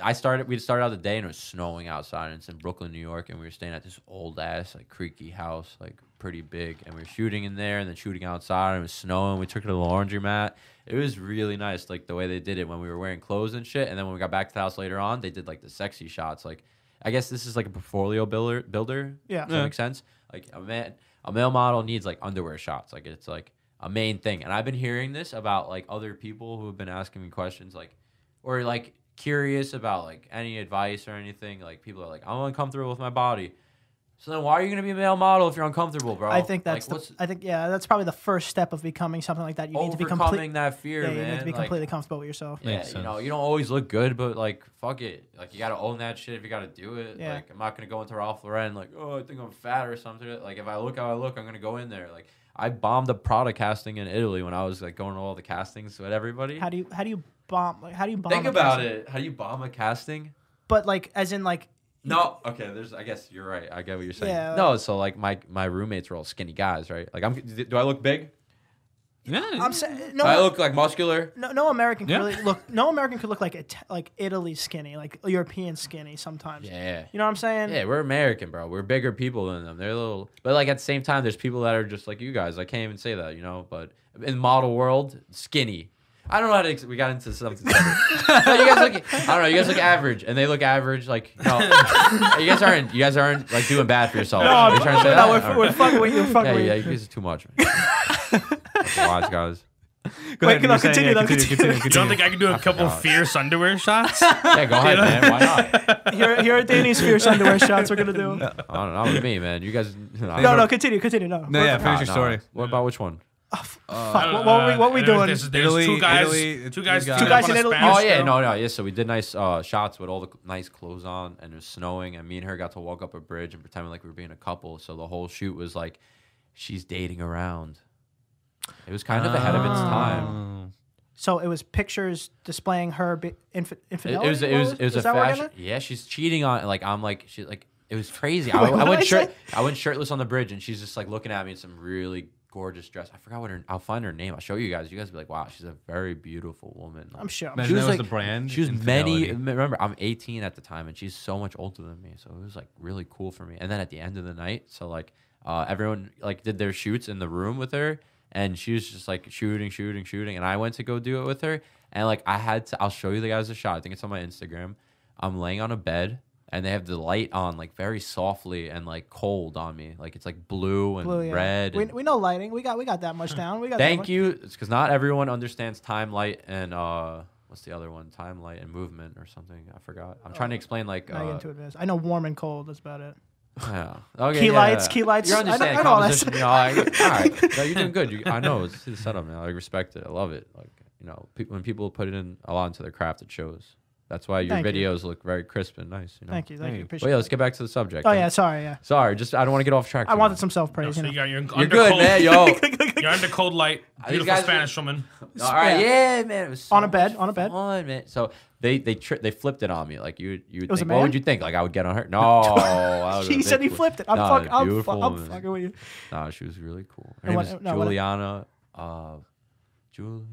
Speaker 3: I started. We started out the day and it was snowing outside. And it's in Brooklyn, New York, and we were staying at this old ass like creaky house, like pretty big. And we were shooting in there, and then shooting outside. And it was snowing. We took it to the laundromat. It was really nice, like the way they did it when we were wearing clothes and shit. And then when we got back to the house later on, they did like the sexy shots. Like, I guess this is like a portfolio builder. Builder.
Speaker 2: Yeah.
Speaker 3: Does that make sense? Like a man, a male model needs like underwear shots. Like it's like a main thing. And I've been hearing this about like other people who have been asking me questions, like or like curious about like any advice or anything. Like people are like, I'm uncomfortable with my body. So then, why are you gonna be a male model if you're uncomfortable, bro?
Speaker 2: I think that's
Speaker 3: Oh, like,
Speaker 2: the, I think yeah, that's probably the first step of becoming something like that. You need to be
Speaker 3: overcoming
Speaker 2: complete.
Speaker 3: that fear,
Speaker 2: Yeah,
Speaker 3: man.
Speaker 2: you need to be
Speaker 3: Like,
Speaker 2: completely comfortable with yourself.
Speaker 3: yeah,
Speaker 1: Makes
Speaker 3: you know,
Speaker 1: sense.
Speaker 3: you don't always look good, but like, fuck it. Like, you gotta own that shit if you gotta do it.
Speaker 2: Yeah.
Speaker 3: Like, I'm not gonna go into Ralph Lauren like, oh, I think I'm fat or something. Like, if I look how I look, I'm gonna go in there. Like, I bombed the Prada casting in Italy when I was like going to all the castings with everybody.
Speaker 2: How do you how do you bomb like how do you bomb?
Speaker 3: think
Speaker 2: a
Speaker 3: about
Speaker 2: person?
Speaker 3: it. How do you bomb a casting?
Speaker 2: But like as in like
Speaker 3: No, okay. There's, I guess you're right. I get what you're saying.
Speaker 2: Yeah.
Speaker 3: No, so like my my roommates were all skinny guys, right? Like, I'm. Do I look big?
Speaker 1: Yeah.
Speaker 2: I'm saying no.
Speaker 3: Do I look like muscular?
Speaker 2: no, no American could
Speaker 1: Yeah.
Speaker 2: really look. No American could look like it, like Italy skinny, like European skinny sometimes.
Speaker 3: Yeah.
Speaker 2: You know what I'm saying?
Speaker 3: Yeah, we're American, bro. We're bigger people than them. They're little, but like at the same time, there's people that are just like you guys. I can't even say that, you know. But in model world, skinny. I don't know how to. Ex- we got into something. separate. No, you guys look. I don't know. You guys look average, and they look average. Like no, you guys aren't. You guys aren't like doing bad for yourself.
Speaker 2: No,
Speaker 3: Are you trying to say
Speaker 2: No,
Speaker 3: that?
Speaker 2: we're,
Speaker 3: All right.
Speaker 2: we're fucking with you. Fucking
Speaker 3: yeah,
Speaker 2: with
Speaker 3: yeah,
Speaker 2: you.
Speaker 3: you guys are too much. man. Fucking Wise guys.
Speaker 1: Go
Speaker 2: Wait,
Speaker 1: ahead,
Speaker 2: no,
Speaker 1: you were saying-
Speaker 2: continue,
Speaker 1: yeah,
Speaker 2: though, continue.
Speaker 4: You don't think I can do a couple
Speaker 3: forgot.
Speaker 4: fierce underwear shots?
Speaker 3: Yeah, go ahead, man. Why not?
Speaker 2: Here, here are Danny's fierce underwear shots. We're gonna do.
Speaker 3: I don't know. Not with me, man. You guys. No,
Speaker 2: No, no, continue, continue. No.
Speaker 1: No,
Speaker 2: We're-
Speaker 1: yeah, finish your
Speaker 3: no.
Speaker 1: story.
Speaker 3: What about which one?
Speaker 2: oh, Fuck, what, what we, what we
Speaker 4: I don't know,
Speaker 2: doing?
Speaker 4: Uh, There's, there's
Speaker 1: Italy-
Speaker 4: two guys,
Speaker 1: Italy,
Speaker 4: two guys,
Speaker 1: two guys.
Speaker 4: teamed
Speaker 1: Two
Speaker 4: up
Speaker 2: guys
Speaker 4: on
Speaker 2: in
Speaker 4: a
Speaker 2: Italy.
Speaker 4: Spanish
Speaker 3: Oh yeah,
Speaker 4: girl.
Speaker 3: no, no, yeah. So we did nice uh, shots with all the nice clothes on, and it was snowing, and me and her got to walk up a bridge and pretend like we were being a couple. So the whole shoot was like, she's dating around. It was kind of ahead of
Speaker 1: Oh.
Speaker 3: its
Speaker 2: Ah.
Speaker 3: time.
Speaker 2: So it was pictures displaying her be- infi-
Speaker 3: It, it
Speaker 2: infidelity.
Speaker 3: was, it
Speaker 2: What
Speaker 3: was, it was a
Speaker 2: is that what we're
Speaker 3: fashion.
Speaker 2: gonna-
Speaker 3: Yeah, she's cheating on. Like I'm like she like it was crazy. I, I
Speaker 2: what
Speaker 3: went
Speaker 2: did I
Speaker 3: shirt,
Speaker 2: say?
Speaker 3: I went shirtless on the bridge, and she's just like looking at me in some really gorgeous dress. I forgot what her. I'll find her name. I'll show you guys. You guys will be like, wow, she's a very beautiful woman.
Speaker 2: I'm sure. I'm
Speaker 1: Imagine
Speaker 3: She
Speaker 1: that
Speaker 3: was
Speaker 1: was
Speaker 3: like-
Speaker 1: the brand.
Speaker 3: She was
Speaker 1: infidelity.
Speaker 3: many. uh, Remember, I'm 18 at the time, and she's so much older than me. So it was like really cool for me. And then at the end of the night, so like uh, everyone like did their shoots in the room with her, and she was just like shooting, shooting, shooting. And I went to go do it with her, and like I had to. I'll show you the guys the shot. I think it's on my Instagram. I'm laying on a bed. And they have the light on like very softly and like cold on me, like it's like blue and
Speaker 2: Blue, yeah.
Speaker 3: red.
Speaker 2: We,
Speaker 3: and-
Speaker 2: we know lighting. We got we got that much down. We got. that
Speaker 3: Thank
Speaker 2: much.
Speaker 3: you. It's because not everyone understands time, light, and uh, what's the other one? Time, light, and movement or something. I forgot. I'm trying to explain like.
Speaker 2: Not
Speaker 3: Uh,
Speaker 2: Oh, into advanced. I know warm and cold. That's about it.
Speaker 3: yeah. okay,
Speaker 2: Key
Speaker 3: yeah,
Speaker 2: lights,
Speaker 3: yeah.
Speaker 2: key lights.
Speaker 3: You
Speaker 2: I don't-
Speaker 3: understand
Speaker 2: I know all that
Speaker 3: composition. you know, like, all right. No, you're doing good. You, I know. It's the setup now. I respect it. I love it. Like you know, pe- when people put it in a lot into their craft, it shows. That's why your
Speaker 2: Thank you.
Speaker 3: videos look very crisp and nice. You know.
Speaker 2: Thank you. Thank you.
Speaker 1: you.
Speaker 2: Appreciate
Speaker 3: Well, yeah,
Speaker 2: it.
Speaker 3: let's get back to the subject.
Speaker 2: Oh
Speaker 3: then.
Speaker 2: yeah. Sorry. Yeah.
Speaker 3: Sorry, just I don't want to get off track.
Speaker 2: I
Speaker 3: too
Speaker 2: wanted
Speaker 3: much.
Speaker 2: some self
Speaker 4: No,
Speaker 2: praise.
Speaker 4: so
Speaker 2: You
Speaker 4: you
Speaker 2: know.
Speaker 4: got your under
Speaker 3: You're good,
Speaker 4: cold,
Speaker 3: man. Yo.
Speaker 4: You're under cold light. Beautiful
Speaker 3: guys are-
Speaker 4: Spanish woman.
Speaker 3: All right, yeah, man. It was so
Speaker 2: On a bed,
Speaker 3: much
Speaker 2: on a bed.
Speaker 3: fun, man. So they they tri- they flipped it on me. Like you you would
Speaker 2: was
Speaker 3: think,
Speaker 2: a
Speaker 3: what would
Speaker 2: man?
Speaker 3: you think? Like I would get on her? No, I would've
Speaker 2: He
Speaker 3: been
Speaker 2: said he
Speaker 3: cool.
Speaker 2: flipped it. I'm,
Speaker 3: Nah,
Speaker 2: fuck, I'm, fu-
Speaker 3: beautiful
Speaker 2: I'm
Speaker 3: woman.
Speaker 2: fucking with you.
Speaker 3: Nah, she was really cool. Her
Speaker 2: And
Speaker 3: name
Speaker 2: what-
Speaker 3: is
Speaker 2: no, what-
Speaker 3: Juliana. Uh, Julie.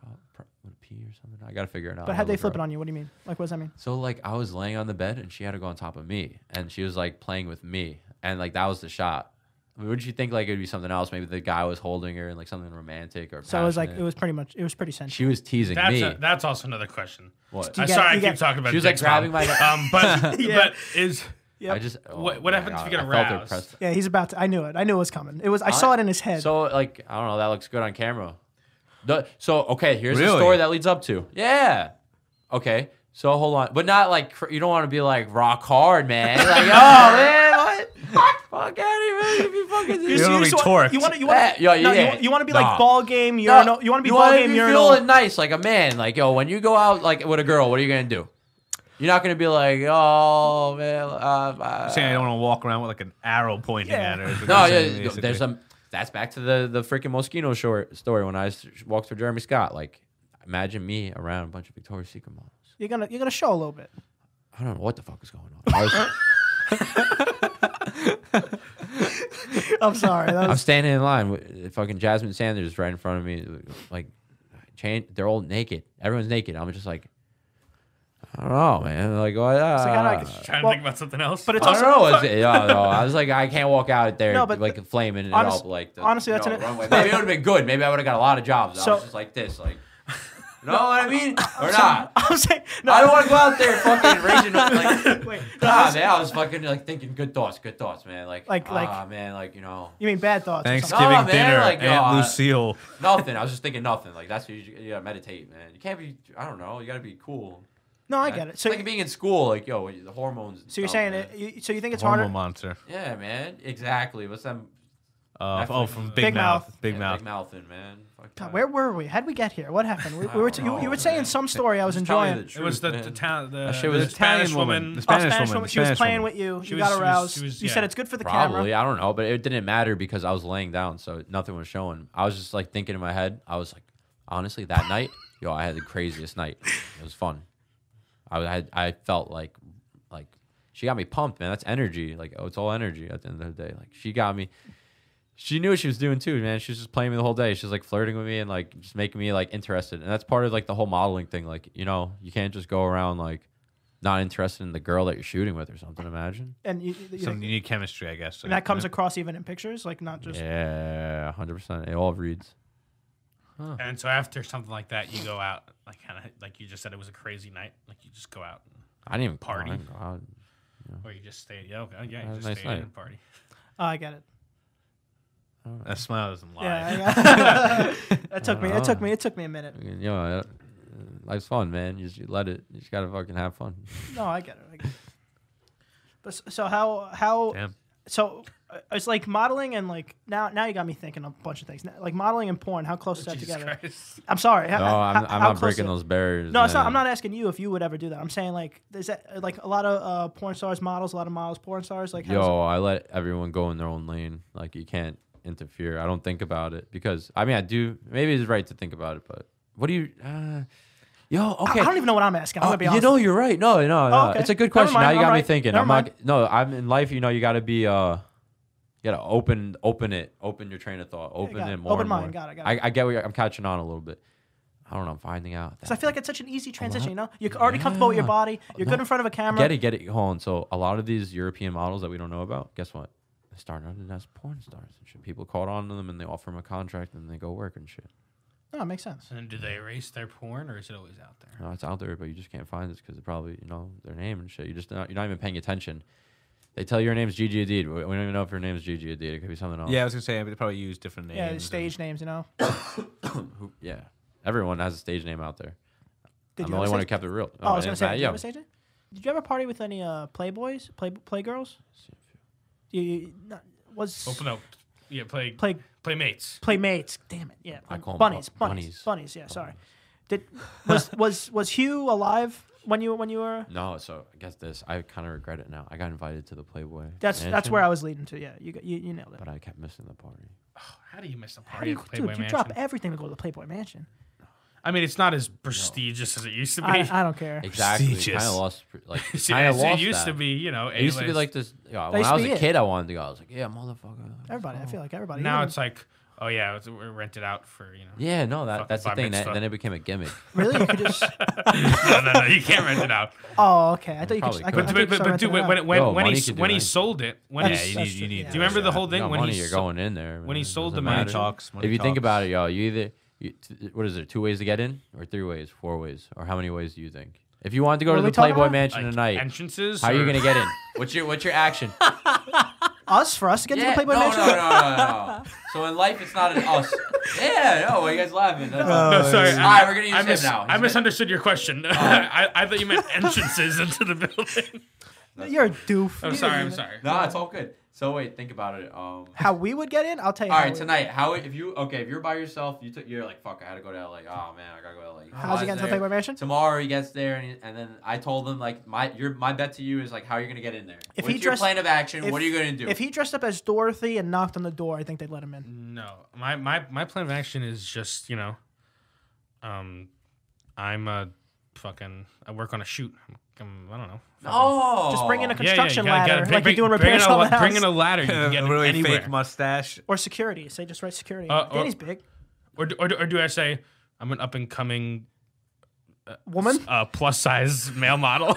Speaker 3: Pro- Pro- pee or something. I gotta figure it out.
Speaker 2: But how'd they flip it on you? What do you mean? Like, what does that mean?
Speaker 3: So like I was laying on the bed and she had to go on top of me and she was like playing with me and like that was the shot. I mean, wouldn't you think like it'd be something else? Maybe the guy was holding her and like something romantic or.
Speaker 2: So it was like, it
Speaker 3: passionate.
Speaker 2: was pretty much, it was pretty sensual.
Speaker 3: She was teasing
Speaker 4: That's
Speaker 3: me.
Speaker 4: a, that's also another question.
Speaker 3: what?
Speaker 2: You
Speaker 4: I
Speaker 2: got-
Speaker 4: sorry, I
Speaker 2: you
Speaker 4: keep
Speaker 2: got-
Speaker 4: talking about.
Speaker 3: She was, like,
Speaker 4: dicks,
Speaker 3: grabbing
Speaker 4: Mom.
Speaker 3: my-
Speaker 4: Um, but
Speaker 2: Yeah.
Speaker 4: but is
Speaker 2: Yep.
Speaker 3: I just. oh
Speaker 4: What- what
Speaker 3: my
Speaker 4: happens if you
Speaker 3: God,
Speaker 4: get
Speaker 3: I felt her
Speaker 4: aroused?
Speaker 3: press-
Speaker 2: Yeah, he's about to. I knew it. I knew it was coming. It was. I saw it in his head.
Speaker 3: So like I don't know. That looks good on camera. The- so okay, here's the
Speaker 1: Really?
Speaker 3: story that leads up to. Yeah. Okay. So hold on, but not like cr- you don't want to be like rock hard, man. Like oh man, what? Fuck out of here, man. You fucking
Speaker 1: You don't wanna
Speaker 2: just
Speaker 1: be
Speaker 2: want-
Speaker 1: torqued.
Speaker 2: You want to. You want
Speaker 3: Yeah, yeah, Eh, yeah.
Speaker 2: You want to be
Speaker 3: Nah.
Speaker 2: like ball game urinal. you want to be ball
Speaker 3: wanna
Speaker 2: game
Speaker 3: be
Speaker 2: urinal.
Speaker 3: feeling nice like a man. Like yo, when you go out like with a girl, what are you gonna do? You're not gonna be like oh man. Uh, uh,
Speaker 1: Saying I don't want to walk around with like an arrow pointing
Speaker 2: Yeah.
Speaker 1: at her. is what
Speaker 3: No,
Speaker 1: you're saying,
Speaker 3: yeah,
Speaker 1: basically.
Speaker 3: there's some. That's back to the the freaking Moschino short story when I s- walked through Jeremy Scott. Like, imagine me around a bunch of Victoria's Secret models.
Speaker 2: You're gonna. You're gonna show a little bit.
Speaker 3: I don't know what the fuck is going on. I was,
Speaker 2: I'm sorry. That
Speaker 3: I'm
Speaker 2: was,
Speaker 3: standing in line with uh, fucking Jasmine Sanders right in front of me. Like, chain, they're all naked. Everyone's naked. I'm just like, I don't know, man. Like, what? Uh,
Speaker 2: like, I
Speaker 3: I,
Speaker 2: don't know,
Speaker 4: trying to
Speaker 2: Well,
Speaker 4: think about something else.
Speaker 2: but it's
Speaker 3: don't
Speaker 2: also.
Speaker 3: know. Is it, I don't know. I was like, I can't walk out there
Speaker 2: No, but
Speaker 3: like flaming it
Speaker 2: honest-
Speaker 3: up. Like, the,
Speaker 2: honestly,
Speaker 3: you
Speaker 2: that's
Speaker 3: know,
Speaker 2: an-
Speaker 3: runway. Maybe it would have been good. Maybe I would have got a lot of jobs. I
Speaker 2: So-
Speaker 3: was just like this, like, you know what I mean? Or not?
Speaker 2: I'm saying. No.
Speaker 3: I don't want to go out there fucking raging. Like,
Speaker 2: Wait. no, I
Speaker 3: nah,
Speaker 2: was-
Speaker 3: man, I was fucking like thinking good thoughts, good thoughts, man. Like,
Speaker 2: Like- like-
Speaker 3: like, ah, man, like you know,
Speaker 2: You mean bad thoughts? or something.
Speaker 1: Thanksgiving
Speaker 3: No, man,
Speaker 1: dinner,
Speaker 3: like,
Speaker 1: Aunt
Speaker 3: uh,
Speaker 1: Lucille.
Speaker 3: nothing. I was just thinking nothing. Like that's what you, you gotta meditate, man. You can't be. I don't know. You gotta be cool.
Speaker 2: No, I
Speaker 3: man.
Speaker 2: get it. So,
Speaker 3: like being in school, like yo, the hormones. and
Speaker 2: so you're
Speaker 3: stuff,
Speaker 2: saying
Speaker 3: man.
Speaker 2: it? You, so you think it's
Speaker 1: Hormone
Speaker 2: harder?
Speaker 1: monster.
Speaker 3: Yeah, man. Exactly. What's that?
Speaker 1: Uh,
Speaker 3: Netflix.
Speaker 1: oh, from Big,
Speaker 2: Big
Speaker 1: Mouth.
Speaker 2: Mouth.
Speaker 1: Big
Speaker 3: yeah,
Speaker 1: Mouth.
Speaker 3: Big mouthing, man. Fuck
Speaker 2: God,
Speaker 3: that.
Speaker 2: where were we? How'd we get here? What happened? We, we
Speaker 3: I
Speaker 2: were.
Speaker 3: don't
Speaker 2: T- you,
Speaker 3: know,
Speaker 2: you were saying
Speaker 3: man.
Speaker 2: some story. I was
Speaker 3: Just tell me
Speaker 2: enjoying.
Speaker 3: the
Speaker 4: it was the
Speaker 3: truth,
Speaker 4: the,
Speaker 3: man.
Speaker 4: town the,
Speaker 3: That shit
Speaker 4: the
Speaker 3: was
Speaker 4: Spanish woman.
Speaker 1: The
Speaker 2: Oh,
Speaker 1: Spanish, woman.
Speaker 2: She was
Speaker 1: Spanish
Speaker 2: playing
Speaker 1: woman.
Speaker 2: with you.
Speaker 4: She
Speaker 2: you got
Speaker 4: was- she was-
Speaker 2: aroused.
Speaker 4: she was-
Speaker 2: You
Speaker 4: yeah.
Speaker 2: said it's good for the
Speaker 3: Probably,
Speaker 2: camera.
Speaker 3: I don't know, but it didn't matter because I was laying down, so nothing was showing. I was just like thinking in my head. I was like, honestly, that night, yo, I had the craziest night. It was fun. I was- I, had, I felt like, like she got me pumped, man. That's energy. Like, oh, it's all energy at the end of the day. Like, she got me. She knew what she was doing too, man. She was just playing me the whole day. She was like flirting with me and like just making me like interested. And that's part of like the whole modeling thing. Like, you know, you can't just go around like not interested in the girl that you're shooting with or something. Imagine.
Speaker 2: And you, you,
Speaker 1: Some unique chemistry, I guess.
Speaker 2: and that comes across even in pictures, like not just.
Speaker 3: Yeah, hundred percent. It all reads.
Speaker 4: And so after something like that, you go out, like kind of like you just said, it was a crazy night. Like you just go out,
Speaker 3: I didn't even
Speaker 4: Party.
Speaker 3: I didn't go out.
Speaker 4: or you just stay. Yeah, okay, yeah,
Speaker 3: That
Speaker 4: you
Speaker 3: was
Speaker 4: just
Speaker 3: a nice
Speaker 4: stay in
Speaker 3: night.
Speaker 4: and party.
Speaker 2: Oh, I get it.
Speaker 1: That smile doesn't lie.
Speaker 2: Yeah, yeah. that took me. That took
Speaker 3: Uh-huh.
Speaker 2: me. It took me a minute.
Speaker 3: I mean, you know, uh, life's fun, man. You just you let it. You just gotta fucking have fun.
Speaker 2: No, I get it. I get it. But s- so how how
Speaker 1: Damn.
Speaker 2: so uh, it's like modeling and like now now you got me thinking a bunch of things. Now, Like modeling and porn, how close is that
Speaker 4: Jesus
Speaker 2: together?
Speaker 4: Christ.
Speaker 2: I'm sorry.
Speaker 3: No, I'm, I'm not breaking those barriers.
Speaker 2: No, it's not,
Speaker 3: man.
Speaker 2: I'm not asking you if you would ever do that. I'm saying like is that uh, like a lot of uh, porn stars, models, a lot of models, porn stars. Like how's-
Speaker 3: Yo, I let everyone go in their own lane. Like you can't interfere. I don't think about it because I mean I do. Maybe it's right to think about it, but what do you? Uh, yo, okay.
Speaker 2: I don't even know what I'm asking. I'm
Speaker 3: Oh,
Speaker 2: gonna be
Speaker 3: you
Speaker 2: honest.
Speaker 3: know, you're right. No, no, no.
Speaker 2: okay.
Speaker 3: It's a good
Speaker 2: Never
Speaker 3: question.
Speaker 2: mind,
Speaker 3: now you
Speaker 2: I'm
Speaker 3: got me
Speaker 2: right.
Speaker 3: thinking.
Speaker 2: Never
Speaker 3: I'm not. No, I'm in life. You know, you got to be. Uh, you got to open, open it, open your train of thought, open
Speaker 2: got
Speaker 3: it
Speaker 2: it.
Speaker 3: more.
Speaker 2: Open
Speaker 3: and
Speaker 2: mind.
Speaker 3: more.
Speaker 2: Got it, got
Speaker 3: I, I get what you're, I'm catching on a little bit. I don't know. I'm finding out.
Speaker 2: So I feel like it's such an easy transition. You know, you're already comfortable with your
Speaker 3: Yeah.
Speaker 2: body. You're
Speaker 3: No.
Speaker 2: good in front of a camera.
Speaker 3: get it, get it. Hold on. So a lot of these European models that we don't know about, guess what? They're starting out as porn stars and shit. People caught on to them and they offer them a contract and they go work and shit.
Speaker 2: No, it makes sense.
Speaker 4: And do they erase their porn, or is it always out there?
Speaker 3: No, it's out there, but you just can't find this because probably you know their name and shit. You just not, you're not even paying attention. They tell you your name's Gigi Hadid. We we don't even know if your name's Gigi Hadid. It could be something else.
Speaker 1: Yeah, I was gonna say they probably use different names.
Speaker 2: Yeah,
Speaker 1: and-
Speaker 2: stage names. You know,
Speaker 3: Who- yeah. Everyone has a stage name out there.
Speaker 2: Did
Speaker 3: I'm
Speaker 2: you
Speaker 3: the
Speaker 2: have
Speaker 3: only
Speaker 2: a
Speaker 3: one who
Speaker 2: stage-
Speaker 3: kept it real.
Speaker 2: Oh, I was gonna
Speaker 3: it's
Speaker 2: say,
Speaker 3: not-
Speaker 2: did you
Speaker 3: yeah.
Speaker 2: ever say that? Did you ever party with any uh, playboys, play playgirls? You, you not, was
Speaker 4: Open up. Yeah, play
Speaker 2: play
Speaker 4: playmates.
Speaker 2: playmates? Damn it, yeah.
Speaker 3: I call 'em
Speaker 2: bunnies,
Speaker 3: bu-
Speaker 2: bunnies,
Speaker 3: bunnies.
Speaker 2: bunnies. Yeah, sorry. Did was was was Hugh alive when you when you were?
Speaker 3: No, so I guess this. I kind of regret it now. I got invited to the Playboy.
Speaker 2: That's that's
Speaker 3: Mansion,
Speaker 2: where I was leading to. Yeah, you got- you, you nailed it.
Speaker 3: But I kept missing the party.
Speaker 4: How do you miss a
Speaker 2: How do
Speaker 4: party
Speaker 2: you,
Speaker 4: at
Speaker 2: dude, you
Speaker 4: Playboy Mansion?
Speaker 2: drop everything to go to the Playboy Mansion.
Speaker 4: I mean, it's not as prestigious as it used to be.
Speaker 2: I, I don't care.
Speaker 3: Exactly. Kind
Speaker 1: Prestigious.
Speaker 3: of lost. Like
Speaker 4: See,
Speaker 3: kind of
Speaker 4: as it
Speaker 3: lost.
Speaker 4: used
Speaker 3: that.
Speaker 4: to be, you know,
Speaker 3: It used to be
Speaker 4: A-list.
Speaker 3: like this. Yeah,
Speaker 2: That
Speaker 3: when
Speaker 2: used
Speaker 3: I
Speaker 2: to
Speaker 3: was
Speaker 2: be
Speaker 3: a
Speaker 2: it.
Speaker 3: kid, I wanted to go. I was like, yeah, motherfucker.
Speaker 2: Everybody, I feel like everybody.
Speaker 4: now
Speaker 2: even-
Speaker 4: it's like Oh yeah, it's, we're rented out for you know.
Speaker 3: Yeah, no, that,
Speaker 4: Fucking
Speaker 3: that's the
Speaker 4: bar
Speaker 3: thing. That,
Speaker 4: mitzvah.
Speaker 3: then it became a gimmick.
Speaker 2: Really? You could just.
Speaker 4: no, no, no, you can't rent it out.
Speaker 2: Oh, okay. I thought you could.
Speaker 3: Probably
Speaker 2: Just, I
Speaker 3: could.
Speaker 2: could.
Speaker 4: But, but, but, but dude, when, when, when,
Speaker 3: No,
Speaker 4: when he
Speaker 3: money
Speaker 4: s-
Speaker 3: could do
Speaker 4: when he
Speaker 3: anything.
Speaker 4: sold it, when
Speaker 2: That's-
Speaker 4: he,
Speaker 2: Yeah, you need- you
Speaker 4: Do you remember the whole thing
Speaker 3: no,
Speaker 4: when
Speaker 3: money,
Speaker 4: he
Speaker 3: you're
Speaker 4: sold-
Speaker 3: going in there.
Speaker 4: when he
Speaker 3: man.
Speaker 4: sold
Speaker 3: Doesn't
Speaker 4: the
Speaker 1: Money
Speaker 3: matter.
Speaker 1: talks. Money
Speaker 3: if you think
Speaker 1: talks.
Speaker 3: about it, y'all, you either you, t- what is there? Two ways to get in, or three ways, four ways, or how many ways do you think? If you wanted to go
Speaker 2: What
Speaker 3: to
Speaker 2: are
Speaker 3: the
Speaker 2: we talking
Speaker 3: Playboy
Speaker 2: about?
Speaker 3: Mansion
Speaker 4: like,
Speaker 3: tonight,
Speaker 4: entrances?
Speaker 3: how are you
Speaker 4: or-
Speaker 3: gonna get in? What's your what's your action?
Speaker 2: us for us to get to the Playboy
Speaker 3: no,
Speaker 2: Mansion.
Speaker 3: No, no, no, no, no. So in life, it's not an us. Yeah, no, why you guys laughing?
Speaker 2: Oh,
Speaker 3: That's
Speaker 4: No, sorry.
Speaker 3: All
Speaker 4: I-
Speaker 3: right, we're gonna use
Speaker 4: I,
Speaker 3: him
Speaker 4: mis- I
Speaker 3: now. He's gonna-
Speaker 4: misunderstood your question. I, I thought you meant entrances into the building.
Speaker 2: You're a doof.
Speaker 4: I'm sorry. I'm sorry.
Speaker 3: No, it's all good. So wait, think about it. Um,
Speaker 2: How we would get in? I'll tell you.
Speaker 3: All
Speaker 2: how
Speaker 3: right,
Speaker 2: we-
Speaker 3: tonight, how if you okay if you're by yourself, you took you're like fuck, I had to go to LA. Oh man, I gotta go to LA.
Speaker 2: How's
Speaker 3: Flies
Speaker 2: he getting to the
Speaker 3: there.
Speaker 2: Playboy Mansion?
Speaker 3: uh, Tomorrow he gets there, and, he, and then I told him like my your my bet to you is like how you're gonna get in there.
Speaker 2: If he
Speaker 3: What's your
Speaker 2: dressed-
Speaker 3: plan of action?
Speaker 2: if-
Speaker 3: what are you gonna do?
Speaker 2: If he dressed up as Dorothy and knocked on the door, I think they'd let him in.
Speaker 4: No, my, my my plan of action is just you know, um, I'm a fucking I work on a shoot. I'm, I'm I don't know.
Speaker 3: oh,
Speaker 2: Just bring in a
Speaker 4: Yeah, yeah, you
Speaker 2: construction
Speaker 4: gotta- gotta
Speaker 2: ladder,
Speaker 4: bring-
Speaker 2: like
Speaker 4: bring-
Speaker 2: you're doing
Speaker 4: bring in
Speaker 2: repairs
Speaker 4: a
Speaker 2: on
Speaker 4: la-
Speaker 2: the house.
Speaker 4: Bring in a ladder. You can
Speaker 1: a
Speaker 4: get it
Speaker 1: uh, really
Speaker 4: anywhere.
Speaker 1: fake mustache.
Speaker 2: or security. Say just write security.
Speaker 4: Uh, or-
Speaker 2: Danny's big
Speaker 4: or, do- or, do- or do I say I'm an up and coming
Speaker 2: woman.
Speaker 4: uh, plus size male model?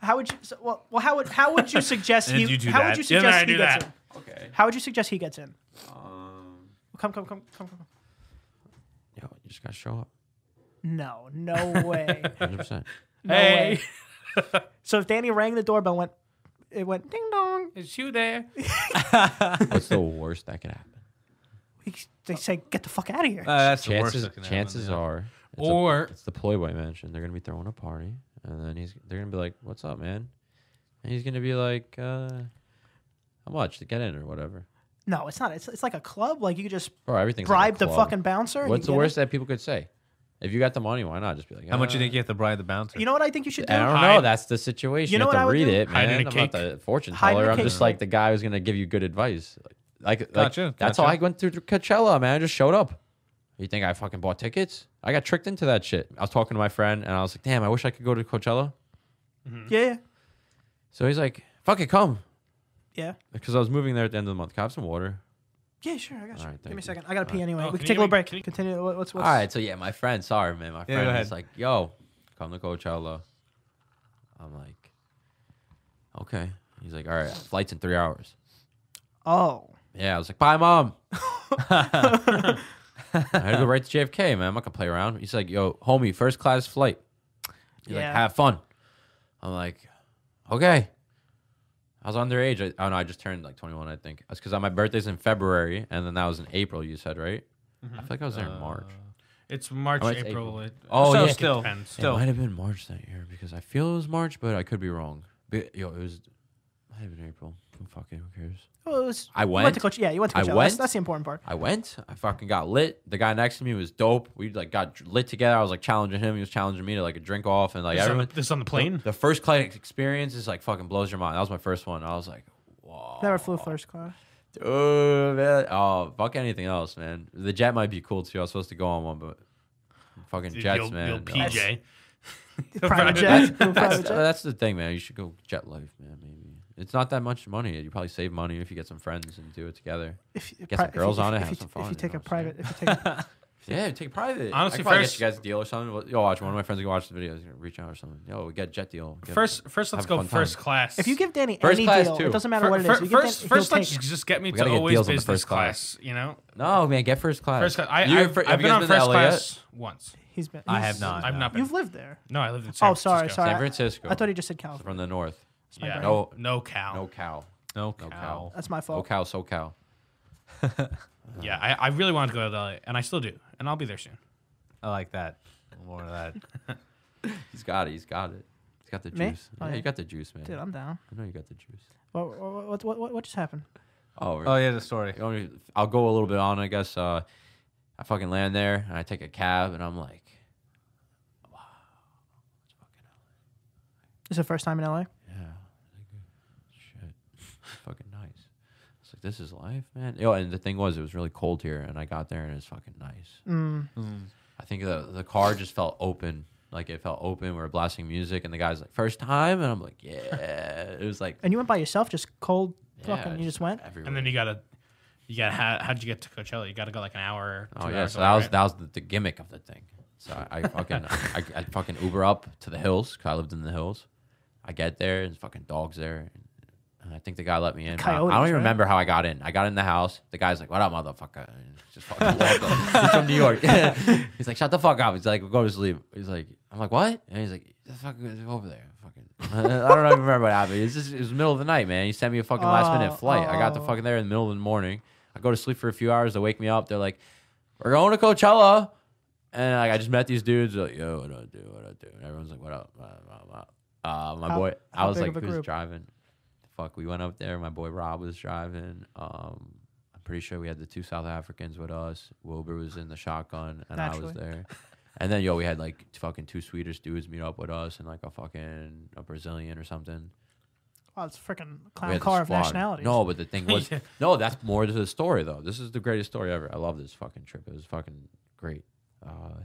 Speaker 2: How would you? So, well, well, how would how would you suggest
Speaker 1: And
Speaker 2: he?
Speaker 1: you do
Speaker 2: how
Speaker 1: that.
Speaker 2: would you
Speaker 4: Yeah, then
Speaker 2: suggest
Speaker 4: I
Speaker 2: he
Speaker 4: do
Speaker 2: gets
Speaker 4: that.
Speaker 2: in?
Speaker 3: Okay.
Speaker 2: How would you suggest he gets in?
Speaker 3: Um,
Speaker 2: Come, come, come, come, come.
Speaker 3: yo, you just gotta show up.
Speaker 2: No, no way,
Speaker 3: 100. percent
Speaker 2: no
Speaker 4: hey,
Speaker 2: way. So if Danny rang the doorbell, and went it went ding dong.
Speaker 4: is you there?
Speaker 3: What's the worst that could happen?
Speaker 2: He, they say get the fuck out of here.
Speaker 1: Uh, that's
Speaker 3: Chances
Speaker 1: the worst.
Speaker 3: chances are, it's a-
Speaker 4: Or-
Speaker 3: it's the Playboy Mansion. They're gonna be throwing a party, and then he's they're gonna be like, "What's up, man?" And he's gonna be like, uh, "How much to get in or whatever?"
Speaker 2: no, it's not. It's, it's like a club. Like you could just
Speaker 3: Or everything's like a
Speaker 2: bribe the
Speaker 3: club.
Speaker 2: fucking bouncer. and
Speaker 3: What's
Speaker 2: you
Speaker 3: the
Speaker 2: get
Speaker 3: worst that people could say? If you got the money, why not just be like,
Speaker 1: How much you
Speaker 3: "Uh,
Speaker 1: think you have to bribe the bouncer?
Speaker 2: it. You know what I think you should do?
Speaker 3: I don't
Speaker 4: Hide-
Speaker 3: know. That's the situation.
Speaker 2: You
Speaker 3: You,
Speaker 2: know what I
Speaker 3: have to
Speaker 2: would
Speaker 3: read
Speaker 2: do?
Speaker 3: it,
Speaker 4: Hide in
Speaker 3: man.
Speaker 4: a
Speaker 3: I'm not
Speaker 4: cake.
Speaker 3: the fortune
Speaker 2: Hide in
Speaker 3: teller.
Speaker 2: a
Speaker 3: I'm
Speaker 2: cake.
Speaker 3: just like the guy who's gonna give you good advice. Like, like
Speaker 1: Gotcha,
Speaker 3: that's how
Speaker 1: gotcha.
Speaker 3: I went through Coachella, man. I just showed up. You think I fucking bought tickets? I got tricked into that shit. I was talking to my friend, and I was like, "Damn, I wish I could go to Coachella."
Speaker 2: Yeah, yeah,
Speaker 3: So he's like, "Fuck it, come,"
Speaker 2: yeah.
Speaker 3: because I was moving there at the end of the month. Can I have some water?
Speaker 2: Yeah, sure. I got you.
Speaker 3: All right,
Speaker 2: Give
Speaker 3: thank
Speaker 2: me a
Speaker 3: you.
Speaker 2: second. I gotta pee anyway.
Speaker 4: Oh,
Speaker 2: we
Speaker 4: can
Speaker 2: can
Speaker 4: you
Speaker 2: take a little
Speaker 4: give me-
Speaker 2: break.
Speaker 4: can you-
Speaker 2: Continue. What, what's what's?
Speaker 3: All right, so yeah, my friend, sorry, man. My friend
Speaker 1: go
Speaker 3: is
Speaker 1: ahead.
Speaker 3: like, yo, come to Coachella. I'm like, okay. He's like, all right, flight's in three hours.
Speaker 2: Oh,
Speaker 3: Yeah, I was like, bye, mom. I had to go right to JFK, man. I'm not gonna play around. He's like, yo, homie, first class flight. He's
Speaker 2: Yeah.
Speaker 3: like, have fun. I'm like, okay. I was underage. I, oh no, I just turned like 21, I think. That's because my birthday's in February, and then that was in April. You said right? I feel like I was there in March.
Speaker 4: It's March,
Speaker 3: Oh, it's
Speaker 4: April. It,
Speaker 3: Oh
Speaker 1: so
Speaker 3: yeah,
Speaker 1: still,
Speaker 4: depends. It
Speaker 1: still.
Speaker 3: it might have been March that year because I feel it was March, but I could be wrong. But, yo, it was might have been April. Fuck it, who cares?
Speaker 2: well, it was,
Speaker 3: I
Speaker 2: You went
Speaker 3: went.
Speaker 2: to Coach. Yeah, you went to
Speaker 3: I
Speaker 2: Coachella. That's,
Speaker 3: went.
Speaker 2: that's the important part.
Speaker 3: I went. I fucking got lit. The guy next to me was dope. We like got dr- lit together. I was like challenging him. He was challenging me to like a drink off and like
Speaker 4: This, on,
Speaker 3: everyone.
Speaker 4: this on the plane.
Speaker 3: The first class experience is like fucking blows your mind. That was my first one. I was like,
Speaker 2: Never flew first class.
Speaker 3: oh man, oh fuck anything else, man. The jet might be cool too. I was supposed to go on one, but fucking
Speaker 4: Dude,
Speaker 3: jets,
Speaker 4: you'll,
Speaker 3: man.
Speaker 4: you'll PJ.
Speaker 2: Private
Speaker 3: That's,
Speaker 2: jet. Flew
Speaker 3: that's,
Speaker 2: private jet.
Speaker 3: that's the thing, man. You should go jet life, man. Maybe it's not that much money. You probably save money if you get some friends and do it together.
Speaker 2: If you-
Speaker 3: Get some
Speaker 2: pri- if you-
Speaker 3: girls on it,
Speaker 2: if
Speaker 3: have
Speaker 2: you-
Speaker 3: some
Speaker 2: If
Speaker 3: fun,
Speaker 2: you
Speaker 3: you
Speaker 2: take
Speaker 3: know
Speaker 2: a
Speaker 3: what I'm
Speaker 2: private, if you take, a-
Speaker 3: Yeah, take it private.
Speaker 4: Honestly,
Speaker 3: I could probably
Speaker 4: first-
Speaker 3: get you guys a deal or something. Well, Yo, watch one of my friends can watch the videos. you know, Reach out or something. Yo, we got jet deal. Get-
Speaker 4: First, first, let's
Speaker 3: Have a
Speaker 4: go
Speaker 3: fun
Speaker 4: first
Speaker 3: time.
Speaker 4: class.
Speaker 2: if you give Danny
Speaker 3: First
Speaker 2: any
Speaker 3: class
Speaker 2: deal,
Speaker 3: too.
Speaker 2: it doesn't matter
Speaker 4: Fir-
Speaker 2: what it
Speaker 4: fir-
Speaker 2: is. You give Dan-
Speaker 4: first,
Speaker 2: he'll
Speaker 4: first,
Speaker 2: take
Speaker 4: let's
Speaker 2: it.
Speaker 4: just get me
Speaker 3: We
Speaker 4: to
Speaker 3: gotta get
Speaker 4: always
Speaker 3: deals on the
Speaker 4: business
Speaker 3: first class.
Speaker 4: class. You know,
Speaker 3: no man, get first class.
Speaker 4: first class. I,
Speaker 3: You-
Speaker 4: I've,
Speaker 3: for- have
Speaker 4: I've
Speaker 3: you
Speaker 4: been
Speaker 3: guys
Speaker 4: on first
Speaker 3: to LA yet?
Speaker 4: class once.
Speaker 2: He's been.
Speaker 1: I
Speaker 2: he's-
Speaker 1: have not.
Speaker 4: I've
Speaker 1: no.
Speaker 4: not been.
Speaker 2: You've lived there.
Speaker 4: No, I lived in San
Speaker 2: Oh, sorry,
Speaker 4: Francisco.
Speaker 2: sorry.
Speaker 3: San
Speaker 2: I-
Speaker 3: Francisco.
Speaker 2: I thought he just said
Speaker 3: from
Speaker 2: California.
Speaker 3: the north.
Speaker 4: Yeah,
Speaker 2: bad.
Speaker 4: no, no cow.
Speaker 3: No cow.
Speaker 1: No
Speaker 3: No
Speaker 1: cow.
Speaker 2: That's my
Speaker 3: No
Speaker 2: fault.
Speaker 3: cow. So cow.
Speaker 4: Yeah, I, I really wanted to go to LA, and I still do, and I'll be there soon.
Speaker 1: I like that. More of that.
Speaker 3: He's got it. He's got it. He's got the
Speaker 2: Me?
Speaker 3: juice.
Speaker 2: Oh,
Speaker 3: yeah,
Speaker 2: yeah.
Speaker 3: you got the juice, man.
Speaker 2: Dude, I'm down.
Speaker 3: I know you got the juice.
Speaker 2: What what what what, what just happened?
Speaker 3: Oh,
Speaker 1: Oh yeah, the story.
Speaker 3: You want me- I'll go a little bit on, I guess. Uh, I fucking land there and I take a cab and I'm like,
Speaker 2: This is the first time in LA.
Speaker 3: yeah, shit, fucking nice. I was like, this is life, man. Yo, and the thing was, it was really cold here, and I got there and it's fucking nice.
Speaker 2: Mm.
Speaker 1: Hmm.
Speaker 3: I think the the car just felt open, like it felt open. We were blasting music, and the guy's like, first time, and I'm like, yeah. It was like,
Speaker 2: And you went by yourself, just cold
Speaker 3: yeah,
Speaker 2: fucking. You just went.
Speaker 3: everywhere.
Speaker 4: And then you got a You got how, how'd you get to Coachella? You got to go like an hour.
Speaker 3: Oh
Speaker 4: two
Speaker 3: yeah,
Speaker 4: hours
Speaker 3: so that
Speaker 4: away,
Speaker 3: was
Speaker 4: right?
Speaker 3: that was the, the gimmick of the thing. So I, I fucking I, I fucking Uber up to the hills 'cause I lived in the hills. I get there and fucking dogs there. And I think the guy let me in. but I- I
Speaker 2: Coyotes,
Speaker 3: don't
Speaker 2: right?
Speaker 3: even remember how I got in. I got in the house. The guy's like, "What up, motherfucker?" And just fucking walked up. He's from New York. he's like, "Shut the fuck up." He's like, "Go to sleep." He's like, "I'm like what?" And he's like, "The fuck is over there?" Fucking, I don't even remember what happened. It's just it was the middle of the night, man. He sent me a fucking last
Speaker 2: Oh,
Speaker 3: minute flight. I got the
Speaker 2: oh.
Speaker 3: fucking there in the middle of the morning. I go to sleep for a few hours. They wake me up. They're like, we're going to Coachella. And like, I just met these dudes. Like, yo, what do I do? What do I do? And everyone's like, what up? What up, what up, what up? Uh, my
Speaker 2: How-
Speaker 3: boy, I
Speaker 2: how
Speaker 3: was
Speaker 2: big
Speaker 3: like,
Speaker 2: of a
Speaker 3: who's
Speaker 2: group?
Speaker 3: driving? Fuck, we went up there. My boy Rob was driving. Um, I'm pretty sure we had the two South Africans with us. Wilbur was in the shotgun, and I
Speaker 2: Naturally.
Speaker 3: was there. And then yo, we had like t- fucking two Swedish dudes meet up with us, and like a fucking a Brazilian or something.
Speaker 2: Wow, it's freaking
Speaker 3: We
Speaker 2: clown
Speaker 3: had the
Speaker 2: car of
Speaker 3: squad.
Speaker 2: nationalities.
Speaker 3: No, but the thing was, no, that's more to the story though. This is the greatest story ever. I love this fucking trip. It was fucking great. Uh,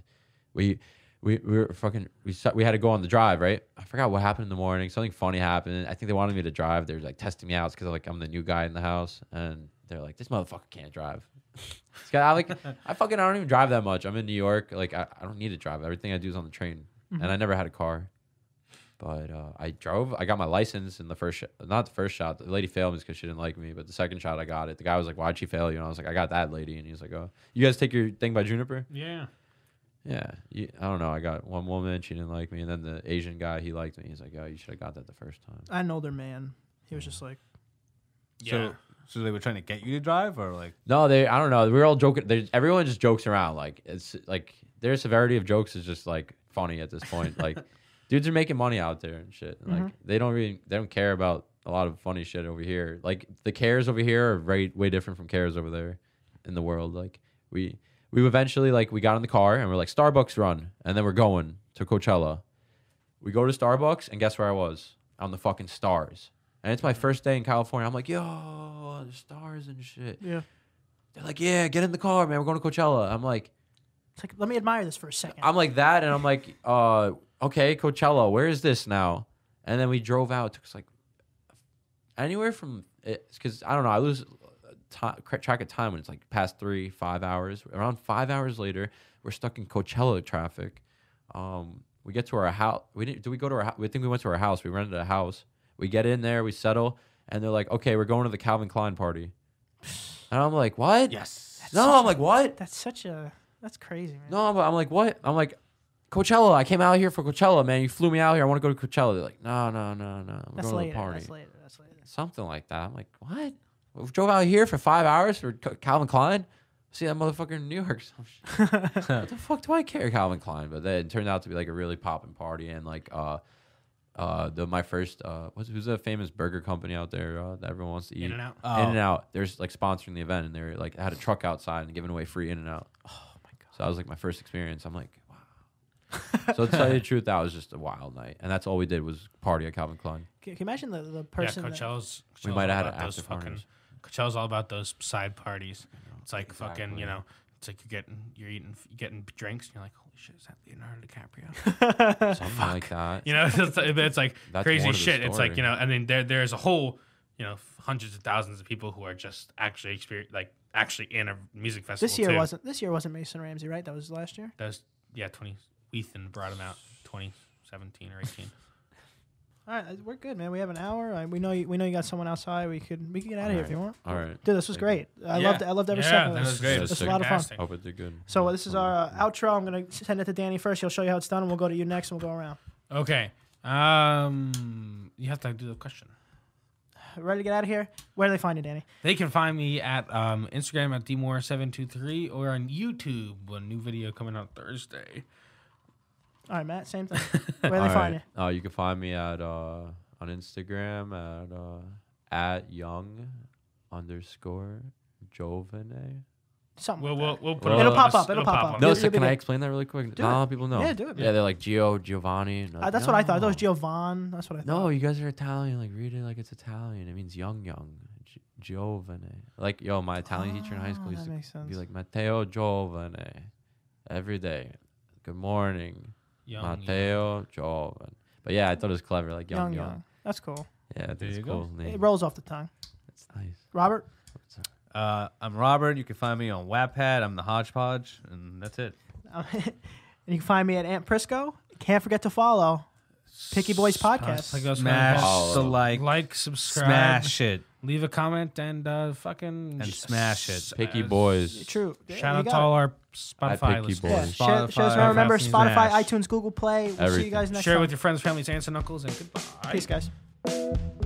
Speaker 3: we. We, we were fucking we sa- we had to go on the drive right. I forgot what happened in the morning. Something funny happened. I think they wanted me to drive. They were like testing me out because like I'm the new guy in the house, and they're like, "This motherfucker can't drive." This guy, I like I fucking I don't even drive that much. I'm in New York. Like I, I don't need to drive. Everything I do is on the train,
Speaker 2: Mm-hmm.
Speaker 3: and I never had a car. But uh, I drove. I got my license in the first, sh- not the first shot. The lady failed me because she didn't like me. But the second shot, I got it. The guy was like, "Why'd she fail you?" And I was like, "I got that lady." And he's like, "Oh, you guys take your thing by Juniper?"
Speaker 4: Yeah.
Speaker 3: Yeah. You, I don't know. I got one woman. She didn't like me, and then the Asian guy, he liked me. He's like, "Oh, you should have got that the first time."
Speaker 2: I know their man. He was just like,
Speaker 4: Yeah.
Speaker 1: So, so they were trying to get you to drive, or like,
Speaker 3: No, they. I don't know. We're all joking. They, everyone just jokes around. Like it's like their severity of jokes is just like funny at this point. like dudes are making money out there and shit. And, Like they don't really they don't care about a lot of funny shit over here. Like the cares over here are very way different from cares over there in the world. Like we we eventually like we got in the car and we're like Starbucks run and then we're going to Coachella. We go to Starbucks and guess where I was? On the fucking stars. And it's my first day in California. I'm like, yo, the stars and shit.
Speaker 2: yeah.
Speaker 3: They're like, yeah, get in the car, man. We're going to Coachella. I'm like,
Speaker 2: It's like, let me admire this for a second.
Speaker 3: I'm like that, and I'm like, uh, okay, Coachella. Where is this now? And then we drove out. It took us like anywhere from because I don't know. I lose ti cra track of time when it's like past three, five hours. Around five hours later, we're stuck in Coachella traffic. Um, we get to our house. We didn't. Did we go to our? house? We think we went to our house. We rented a house. We get in there. We settle, and they're like, okay, we're going to the Calvin Klein party. And I'm like, what?
Speaker 1: yes,
Speaker 3: No, I'm like, what?
Speaker 2: that's such a. That's crazy, man.
Speaker 3: No, but I'm like, what? I'm like, Coachella. I came out here for Coachella, man. You flew me out here. I want to go to Coachella. They're like, no, no, no, no. We're
Speaker 2: that's
Speaker 3: going
Speaker 2: later.
Speaker 3: to the party.
Speaker 2: That's later. That's later.
Speaker 3: Something like that. I'm like, what? We drove out here for five hours for Co- Calvin Klein. See that motherfucker in New York. or some shit. what the fuck do I care, Calvin Klein? But then it turned out to be like a really popping party and like uh. Uh, the my first uh, what's who's a famous burger company out there uh, that everyone wants to eat?
Speaker 4: In-N-Out.
Speaker 1: Oh.
Speaker 3: In and out. There's like sponsoring the event, and they're like had a truck outside and giving away free In and Out.
Speaker 2: Oh
Speaker 3: So that was like my first experience. I'm like, wow. so to tell you the truth, that was just a wild night, and that's all we did was party at Calvin Klein.
Speaker 2: Can, can you imagine the, the
Speaker 4: Yeah,
Speaker 2: person? that,
Speaker 4: Coachella's. Coachella's
Speaker 3: We might have had
Speaker 4: all about
Speaker 3: an
Speaker 4: those
Speaker 3: after
Speaker 4: fucking.
Speaker 3: parties.
Speaker 4: Coachella's all about those side parties. It's like fucking,
Speaker 3: exactly.
Speaker 4: you know, it's like you're getting, you're eating, you're getting drinks, and you're like, holy shit, is that Leonardo DiCaprio?
Speaker 3: Something like that.
Speaker 4: you know, it's, it's like
Speaker 3: That's
Speaker 4: crazy
Speaker 3: more to the
Speaker 4: shit. It's like
Speaker 3: story.
Speaker 4: you know, and then there, there's a whole, you know, hundreds of thousands of people who are just actually experience, like actually in a music festival.
Speaker 2: this year
Speaker 4: too.
Speaker 2: wasn't. This year wasn't Mason Ramsey, right? That was last year.
Speaker 4: That was yeah, twenty. Ethan brought him out 2017 or 18.
Speaker 2: All right, uh, we're good, man. We have an hour. I, we know. You, we know you got someone outside. We could. We could get out of here if you want.
Speaker 3: All right.
Speaker 2: Dude, this was great. I
Speaker 4: Yeah.
Speaker 2: loved. I loved every
Speaker 4: Yeah,
Speaker 2: second. of
Speaker 4: that
Speaker 2: this.
Speaker 4: was great.
Speaker 2: It was a lot of fun.
Speaker 4: Fantastic.
Speaker 3: Hope it did good.
Speaker 2: So uh, this is our uh, outro. I'm gonna send it to Danny first. He'll show you how it's done, and we'll go to you next, and we'll go around.
Speaker 4: Okay. Um, you have to do the question.
Speaker 2: Ready to get out of here? Where do they find you, Danny?
Speaker 4: They can find me at um, Instagram at dmore723 or on YouTube. A new video coming out Thursday.
Speaker 2: All right, Matt. Same thing. Where do they find you?
Speaker 3: Uh, you can find me at uh, on Instagram at uh, at young underscore Jovene.
Speaker 2: Something.
Speaker 4: We'll
Speaker 2: like
Speaker 4: we'll,
Speaker 2: that.
Speaker 4: we'll put
Speaker 3: Well,
Speaker 4: it
Speaker 3: it'll
Speaker 4: on
Speaker 2: pop
Speaker 4: this-
Speaker 2: up, it'll pop up.
Speaker 3: No,
Speaker 2: You'll-
Speaker 3: so
Speaker 2: you'll be
Speaker 3: can I
Speaker 2: good.
Speaker 3: explain that really quick?
Speaker 2: Do
Speaker 3: Not
Speaker 2: it.
Speaker 3: a lot of people know.
Speaker 2: Yeah, do it,
Speaker 3: Yeah,
Speaker 2: man.
Speaker 3: they're like Gio Giovanni. and I'm
Speaker 2: Uh,
Speaker 3: like,
Speaker 2: that's what I thought. I thought it was
Speaker 3: no.
Speaker 2: Giovanni. That's what I thought.
Speaker 3: No, you guys are Italian. Like, read it like it's Italian. It means young, young. Gi- Giovane. Like, yo, my Italian teacher in high
Speaker 2: Oh,
Speaker 3: school used
Speaker 2: that
Speaker 3: to
Speaker 2: makes sense.
Speaker 3: be like, Matteo Giovane. Every day. Good morning,
Speaker 4: Young,
Speaker 3: Matteo Giovane. But yeah, I thought it was clever. Like,
Speaker 2: young,
Speaker 3: young, young.
Speaker 2: young. That's cool.
Speaker 3: Yeah, I think
Speaker 4: There
Speaker 3: it's
Speaker 4: you
Speaker 3: a
Speaker 4: go.
Speaker 3: cool name.
Speaker 2: It rolls off the tongue.
Speaker 3: It's nice.
Speaker 2: Robert.
Speaker 4: yeah.
Speaker 1: Uh, I'm Robert. You can find me on Wattpad. I'm the Hodgepodge, and that's it.
Speaker 2: Um, and you can find me at Aunt Prisco. Can't forget to follow Picky Boys Podcast.
Speaker 4: Picky Boys
Speaker 1: Smash
Speaker 3: Follow.
Speaker 1: the like,
Speaker 4: Like, subscribe,
Speaker 1: smash it,
Speaker 4: leave a comment, and uh, fucking
Speaker 1: and
Speaker 4: sh-
Speaker 1: smash it.
Speaker 3: Picky boys.
Speaker 2: True. Yeah,
Speaker 4: Shout
Speaker 2: you
Speaker 4: out to
Speaker 2: got
Speaker 4: all
Speaker 2: it.
Speaker 4: our
Speaker 3: pick
Speaker 4: Spotify
Speaker 3: you
Speaker 4: listeners.
Speaker 2: Yeah,
Speaker 3: boys.
Speaker 2: share, share us
Speaker 1: Spotify,
Speaker 2: around. Remember
Speaker 1: Apple,
Speaker 2: Spotify,
Speaker 1: Smash.
Speaker 2: iTunes, Google Play. We'll see you
Speaker 3: Everything.
Speaker 2: guys next
Speaker 4: Share
Speaker 2: time.
Speaker 4: with your friends, families, aunts, and uncles, and goodbye.
Speaker 2: Peace, guys.